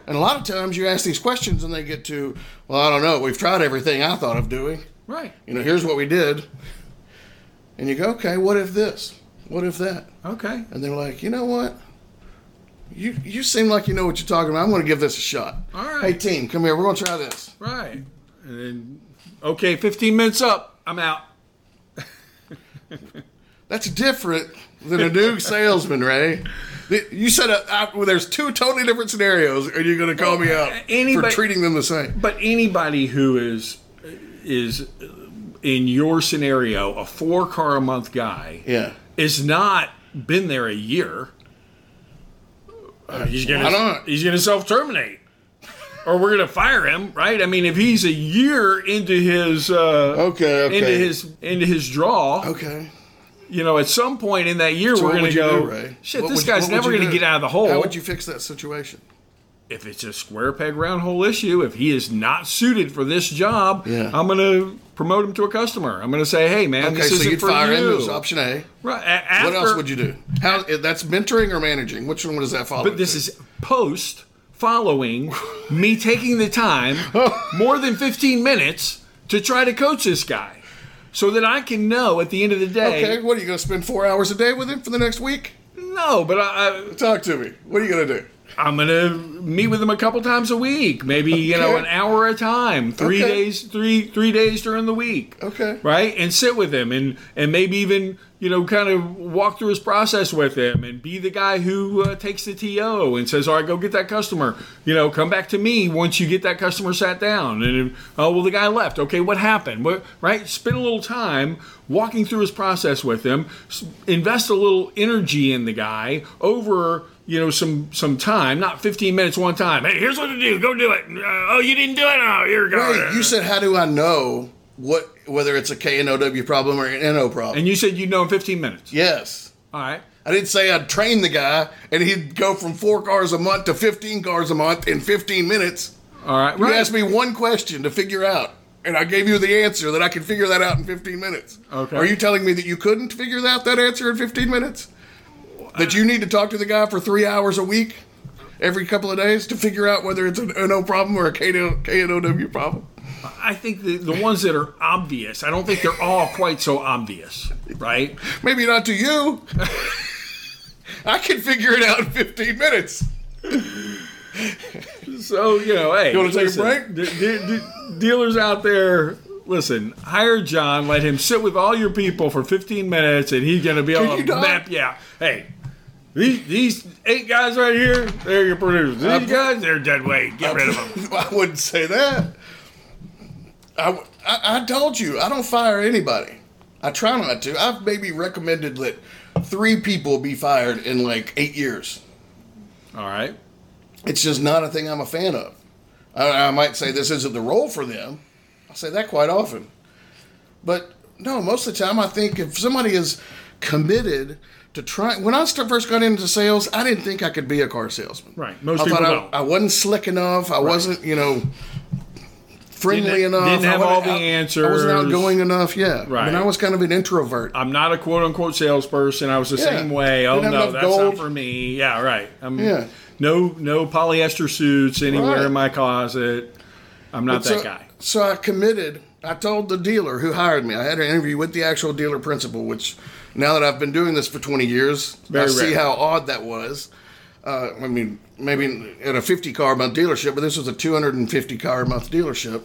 [SPEAKER 1] And a lot of times you ask these questions and they get to, well, I don't know. We've tried everything I thought of doing
[SPEAKER 2] Right.
[SPEAKER 1] you know, here's what we did. And you go, okay, what if this? What if that?
[SPEAKER 2] Okay.
[SPEAKER 1] And they're like, you know what? You you seem like you know what you're talking about. I'm going to give this a shot.
[SPEAKER 2] All right.
[SPEAKER 1] Hey, team, come here. We're going to try this.
[SPEAKER 2] Right. And then, okay, 15 minutes up. I'm out.
[SPEAKER 1] That's different than a new salesman, Ray. Th- You said a, I, well, there's two totally different scenarios, and you're going to call me out
[SPEAKER 2] anybody-
[SPEAKER 1] for treating them the same.
[SPEAKER 2] But anybody who is is uh, in your scenario a four car a month guy
[SPEAKER 1] Yeah.
[SPEAKER 2] is not been there a year. Uh, he's
[SPEAKER 1] why
[SPEAKER 2] gonna
[SPEAKER 1] not?
[SPEAKER 2] he's gonna self terminate, or we're gonna fire him, right? I mean, if he's a year into his uh,
[SPEAKER 1] Okay. Okay.
[SPEAKER 2] into his into his draw,
[SPEAKER 1] okay.
[SPEAKER 2] you know, at some point in that year
[SPEAKER 1] So
[SPEAKER 2] we're
[SPEAKER 1] what
[SPEAKER 2] gonna
[SPEAKER 1] would you
[SPEAKER 2] go.
[SPEAKER 1] do, Ray?
[SPEAKER 2] Shit,
[SPEAKER 1] What
[SPEAKER 2] this
[SPEAKER 1] would-
[SPEAKER 2] guy's
[SPEAKER 1] what would
[SPEAKER 2] never
[SPEAKER 1] you
[SPEAKER 2] gonna
[SPEAKER 1] do?
[SPEAKER 2] get out of the hole.
[SPEAKER 1] How would you fix that situation?
[SPEAKER 2] if it's a square peg round hole issue, if he is not suited for this job,
[SPEAKER 1] Yeah.
[SPEAKER 2] I'm going to promote him to a customer. I'm going to say, hey, man,
[SPEAKER 1] Okay,
[SPEAKER 2] this
[SPEAKER 1] so
[SPEAKER 2] isn't
[SPEAKER 1] you'd
[SPEAKER 2] for
[SPEAKER 1] fire
[SPEAKER 2] you.
[SPEAKER 1] him as option A.
[SPEAKER 2] Right, a- after,
[SPEAKER 1] What else would you do? How eh, that's mentoring or managing? Which one does that follow?
[SPEAKER 2] But this is post following me taking the time, more than 15 minutes, to try to coach this guy so that I can know at the end of the day.
[SPEAKER 1] okay. What are you going to spend four hours a day with him for the next week?
[SPEAKER 2] No, but I, I,
[SPEAKER 1] Talk to me. What are you going to do?
[SPEAKER 2] I'm gonna meet with him a couple times a week, maybe you know
[SPEAKER 1] Okay.
[SPEAKER 2] an hour at a time, three
[SPEAKER 1] Okay.
[SPEAKER 2] days, three three days during the week.
[SPEAKER 1] Okay.
[SPEAKER 2] right, and sit with him, and and maybe even you know kind of walk through his process with him, and be the guy who uh, takes the to and says, all right, go get that customer. You know, come back to me once you get that customer sat down, and oh well, the guy left. Okay, what happened? What right? Spend a little time walking through his process with him, s- invest a little energy in the guy over you know some some time, not 15 minutes one time. Hey, here's what to do. Go do it. Uh, oh, you didn't do it. Oh, you're going.
[SPEAKER 1] Hey, you said how do I know what whether it's a KNOW problem or an NO problem?
[SPEAKER 2] and you said you'd know in 15 minutes.
[SPEAKER 1] yes.
[SPEAKER 2] All right.
[SPEAKER 1] I didn't say I'd train the guy and he'd go from four cars a month to 15 cars a month in 15 minutes.
[SPEAKER 2] All right.
[SPEAKER 1] You
[SPEAKER 2] Right.
[SPEAKER 1] asked me one question to figure out, and I gave you the answer that I could figure that out in 15 minutes.
[SPEAKER 2] Okay.
[SPEAKER 1] Are you telling me that you couldn't figure out that answer in 15 minutes? That you need to talk to the guy for three hours a week, every couple of days, to figure out whether it's an NO problem or a KNOW problem?
[SPEAKER 2] I think the, the ones that are obvious. I don't think they're all quite so obvious. Right.
[SPEAKER 1] Maybe not to you. I can figure it out in 15 minutes.
[SPEAKER 2] So you know, hey, you
[SPEAKER 1] wanna take a break?
[SPEAKER 2] dealers out there, Listen, hire John, let him sit with all your people for 15 minutes, and he's going to be able
[SPEAKER 1] you
[SPEAKER 2] to
[SPEAKER 1] not?
[SPEAKER 2] map you out. Hey, these, these eight guys right here, they're your producers.
[SPEAKER 1] Uh,
[SPEAKER 2] These guys, they're dead weight. Get rid of them.
[SPEAKER 1] I wouldn't say that. I, w- I- I told you, I don't fire anybody. I try not to. I've maybe recommended that three people be fired in like eight years.
[SPEAKER 2] All right.
[SPEAKER 1] It's just not a thing I'm a fan of. I, I might say this isn't the role for them. I say that quite often. But no, most of the time I think if somebody is committed to trying, when I st- first got into sales, I didn't think I could be a car salesman.
[SPEAKER 2] Right. Most
[SPEAKER 1] I
[SPEAKER 2] people
[SPEAKER 1] thought
[SPEAKER 2] don't.
[SPEAKER 1] I, I wasn't slick enough. I wasn't, you know, friendly
[SPEAKER 2] Didn't-
[SPEAKER 1] enough.
[SPEAKER 2] didn't
[SPEAKER 1] I
[SPEAKER 2] have
[SPEAKER 1] wasn't
[SPEAKER 2] all the
[SPEAKER 1] out- I
[SPEAKER 2] answers.
[SPEAKER 1] wasn't outgoing enough. Yeah. I
[SPEAKER 2] Right.
[SPEAKER 1] mean, I was kind of an introvert.
[SPEAKER 2] I'm not a quote unquote salesperson. I was the
[SPEAKER 1] Yeah.
[SPEAKER 2] same way. Oh
[SPEAKER 1] Didn't have
[SPEAKER 2] no,
[SPEAKER 1] enough
[SPEAKER 2] that's
[SPEAKER 1] gold.
[SPEAKER 2] not for me. Yeah, right. I'm
[SPEAKER 1] Yeah.
[SPEAKER 2] no no polyester suits anywhere
[SPEAKER 1] Right.
[SPEAKER 2] in my closet. I'm not that
[SPEAKER 1] so,
[SPEAKER 2] guy.
[SPEAKER 1] So I committed. I told the dealer who hired me. I had an interview with the actual dealer principal, which now that I've been doing this for 20 years, I
[SPEAKER 2] Very
[SPEAKER 1] see
[SPEAKER 2] rare.
[SPEAKER 1] how odd that was. Uh, I mean, maybe at a 50 car a month dealership, but this was a 250 car a month dealership.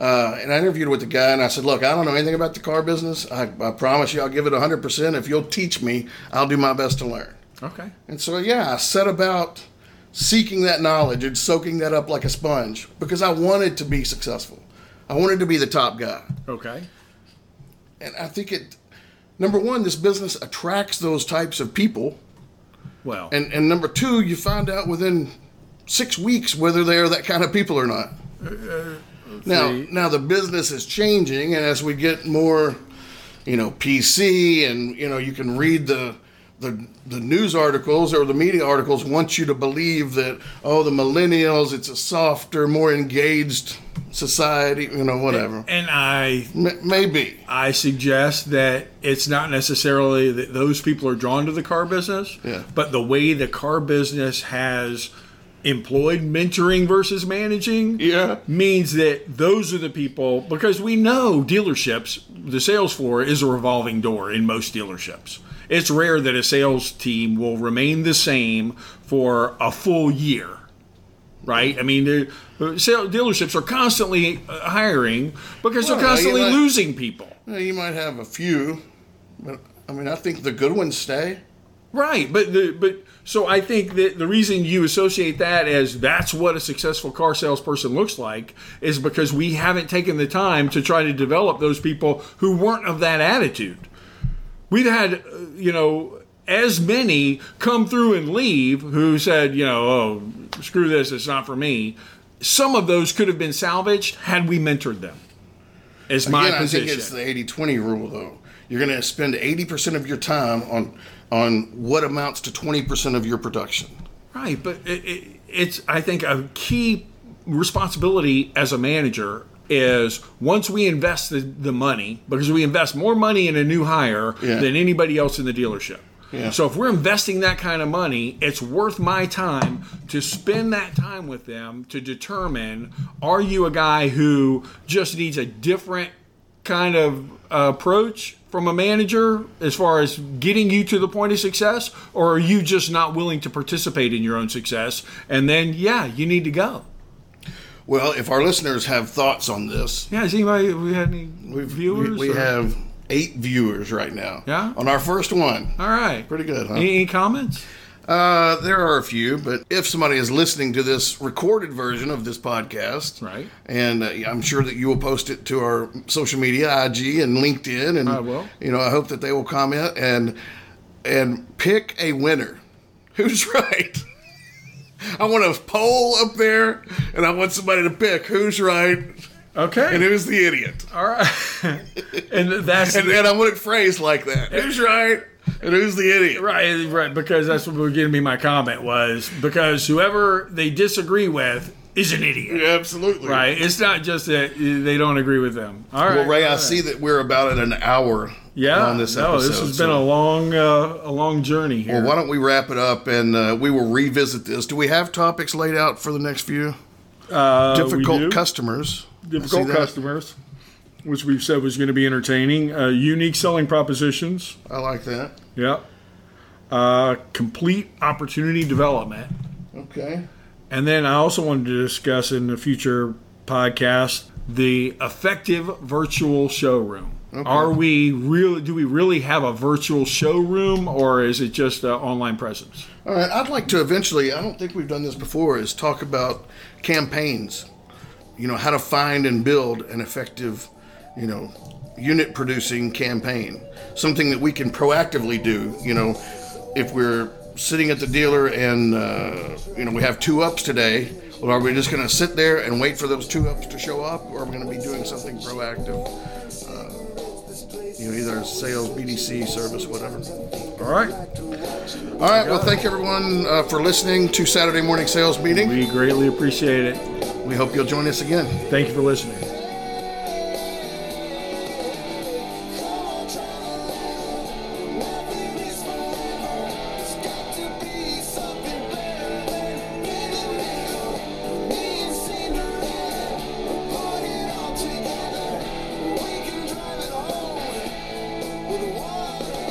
[SPEAKER 1] Uh, and I interviewed with the guy, and I said, "Look, I don't know anything about the car business. I, I promise you, I'll give it 100 percent. If you'll teach me, I'll do my best to learn."
[SPEAKER 2] Okay.
[SPEAKER 1] And so, yeah, I set about seeking that knowledge and soaking that up like a sponge because I wanted to be successful. I wanted to be the top guy.
[SPEAKER 2] Okay.
[SPEAKER 1] And I think it, number one, this business attracts those types of people.
[SPEAKER 2] Well
[SPEAKER 1] And, and number two, you find out within six weeks whether they are that kind of people or not. Now,
[SPEAKER 2] Uh, see.
[SPEAKER 1] now the business is changing, and as we get more, you know, PC, and you know, you can read the the, the news articles or the media articles want you to believe that oh, the millennials, it's a softer, more engaged society, you know, whatever.
[SPEAKER 2] and I
[SPEAKER 1] M- maybe,
[SPEAKER 2] I suggest that it's not necessarily that those people are drawn to the car business,
[SPEAKER 1] Yeah.
[SPEAKER 2] but the way the car business has employed mentoring versus managing
[SPEAKER 1] Yeah.
[SPEAKER 2] means that those are the people because we know dealerships the sales floor is a revolving door in most dealerships it's rare that a sales team will remain the same for a full year right i mean they're- uh, sale- dealerships are constantly uh, hiring because
[SPEAKER 1] Well,
[SPEAKER 2] they're
[SPEAKER 1] you
[SPEAKER 2] constantly
[SPEAKER 1] like-
[SPEAKER 2] losing people
[SPEAKER 1] Yeah, you might have a few, but I mean, I think the good ones stay.
[SPEAKER 2] Right, but the but so I think that the reason you associate that as that's what a successful car salesperson looks like is because we haven't taken the time to try to develop those people who weren't of that attitude. We've had, uh, you know, as many come through and leave who said, you know, oh, screw this, it's not for me. Some of those could have been salvaged had we mentored them. Is my
[SPEAKER 1] Again, I
[SPEAKER 2] position.
[SPEAKER 1] think it's the 80-20 rule, though. You're going to spend 80% of your time on on what amounts to 20% of your production.
[SPEAKER 2] Right, but it, it, it's I think a key responsibility as a manager is once we invest the, the money because we invest more money in a new hire
[SPEAKER 1] Yeah.
[SPEAKER 2] than anybody else in the dealership.
[SPEAKER 1] Yeah.
[SPEAKER 2] So if we're investing that kind of money, it's worth my time to spend that time with them to determine are you a guy who just needs a different kind of uh, approach from a manager as far as getting you to the point of success, or are you just not willing to participate in your own success? And then, yeah, you need to go.
[SPEAKER 1] Well, if our listeners have thoughts on this,
[SPEAKER 2] Yeah, has anybody we had any viewers?
[SPEAKER 1] we, we
[SPEAKER 2] or-
[SPEAKER 1] have eight viewers right now.
[SPEAKER 2] Yeah?
[SPEAKER 1] On our first one.
[SPEAKER 2] All right.
[SPEAKER 1] Pretty good, huh?
[SPEAKER 2] Any, any comments?
[SPEAKER 1] Uh, there are a few, but if somebody is listening to this recorded version of this podcast,
[SPEAKER 2] Right.
[SPEAKER 1] and uh, I'm sure that you will post it to our social media, IG and LinkedIn, and
[SPEAKER 2] I will.
[SPEAKER 1] You know, I hope that they will comment and and pick a winner. Who's right? I want a poll up there, and I want somebody to pick who's right
[SPEAKER 2] Okay.
[SPEAKER 1] and who's the idiot.
[SPEAKER 2] All right. and that's
[SPEAKER 1] And, and I want it phrased like that: who's right and who's the idiot.
[SPEAKER 2] right, right, because that's what was going to be my comment was because whoever they disagree with is an idiot.
[SPEAKER 1] Absolutely.
[SPEAKER 2] Right. It's not just that they don't agree with them. All right.
[SPEAKER 1] Well, Ray,
[SPEAKER 2] all
[SPEAKER 1] I
[SPEAKER 2] right.
[SPEAKER 1] see that we're about at an hour
[SPEAKER 2] Yeah.
[SPEAKER 1] on this episode.
[SPEAKER 2] no, this has been
[SPEAKER 1] so-
[SPEAKER 2] a long, uh, a long journey here.
[SPEAKER 1] Well, why don't we wrap it up and uh, we will revisit this? Do we have topics laid out for the next few?
[SPEAKER 2] Uh, we
[SPEAKER 1] Difficult
[SPEAKER 2] do.
[SPEAKER 1] customers. I see
[SPEAKER 2] difficult
[SPEAKER 1] that.
[SPEAKER 2] customers, which we've said was going to be entertaining. Uh, unique selling propositions.
[SPEAKER 1] I like that.
[SPEAKER 2] Yeah. Uh, complete opportunity development.
[SPEAKER 1] Okay.
[SPEAKER 2] And then I also wanted to discuss in a future podcast the effective virtual showroom. Are we really? Do we really have a virtual showroom, or is it just an online presence?
[SPEAKER 1] All right, I'd like to eventually, I don't think we've done this before, is talk about campaigns. You know, how to find and build an effective, you know, unit producing campaign. Something that we can proactively do, you know, if we're sitting at the dealer and, uh, you know, we have two ups today. Well, are we just going to sit there and wait for those two ups to show up, or are we going to be doing something proactive? Uh, you know, either sales, BDC, service, whatever.
[SPEAKER 2] All right,
[SPEAKER 1] All right. Well, thank everyone uh, for listening to Saturday Morning Sales Meeting.
[SPEAKER 2] we greatly appreciate it.
[SPEAKER 1] We hope you'll join us again.
[SPEAKER 2] Thank you for listening.
[SPEAKER 3] Nothing is forever. There's got to be something better than in the middle. Me and Cinderella, we're putting it all together. We can drive it home with water.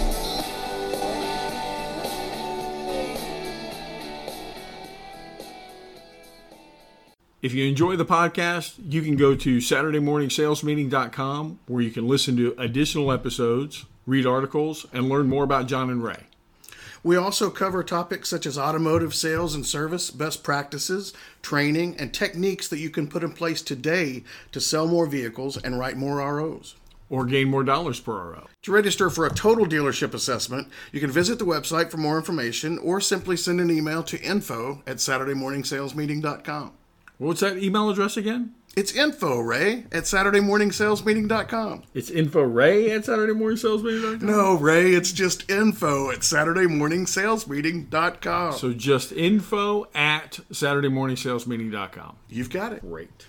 [SPEAKER 2] If you enjoy the podcast, you can go to SaturdayMorningSalesMeeting.com where you can listen to additional episodes, read articles, and learn more about John and Ray.
[SPEAKER 1] We also cover topics such as automotive sales and service, best practices, training, and techniques that you can put in place today to sell more vehicles and write more ROs.
[SPEAKER 2] Or gain more dollars per RO.
[SPEAKER 1] To register for a total dealership assessment, you can visit the website for more information or simply send an email to info at SaturdayMorningSalesMeeting.com.
[SPEAKER 2] What's that email address again?
[SPEAKER 1] It's info, Ray, at SaturdayMorningSalesMeeting.com.
[SPEAKER 2] It's info Ray at SaturdayMorningSalesMeeting.com.
[SPEAKER 1] No, Ray, it's just info at SaturdayMorningSalesMeeting.com.
[SPEAKER 2] So just info at SaturdayMorningSalesMeeting.com.
[SPEAKER 1] You've got it.
[SPEAKER 2] Great.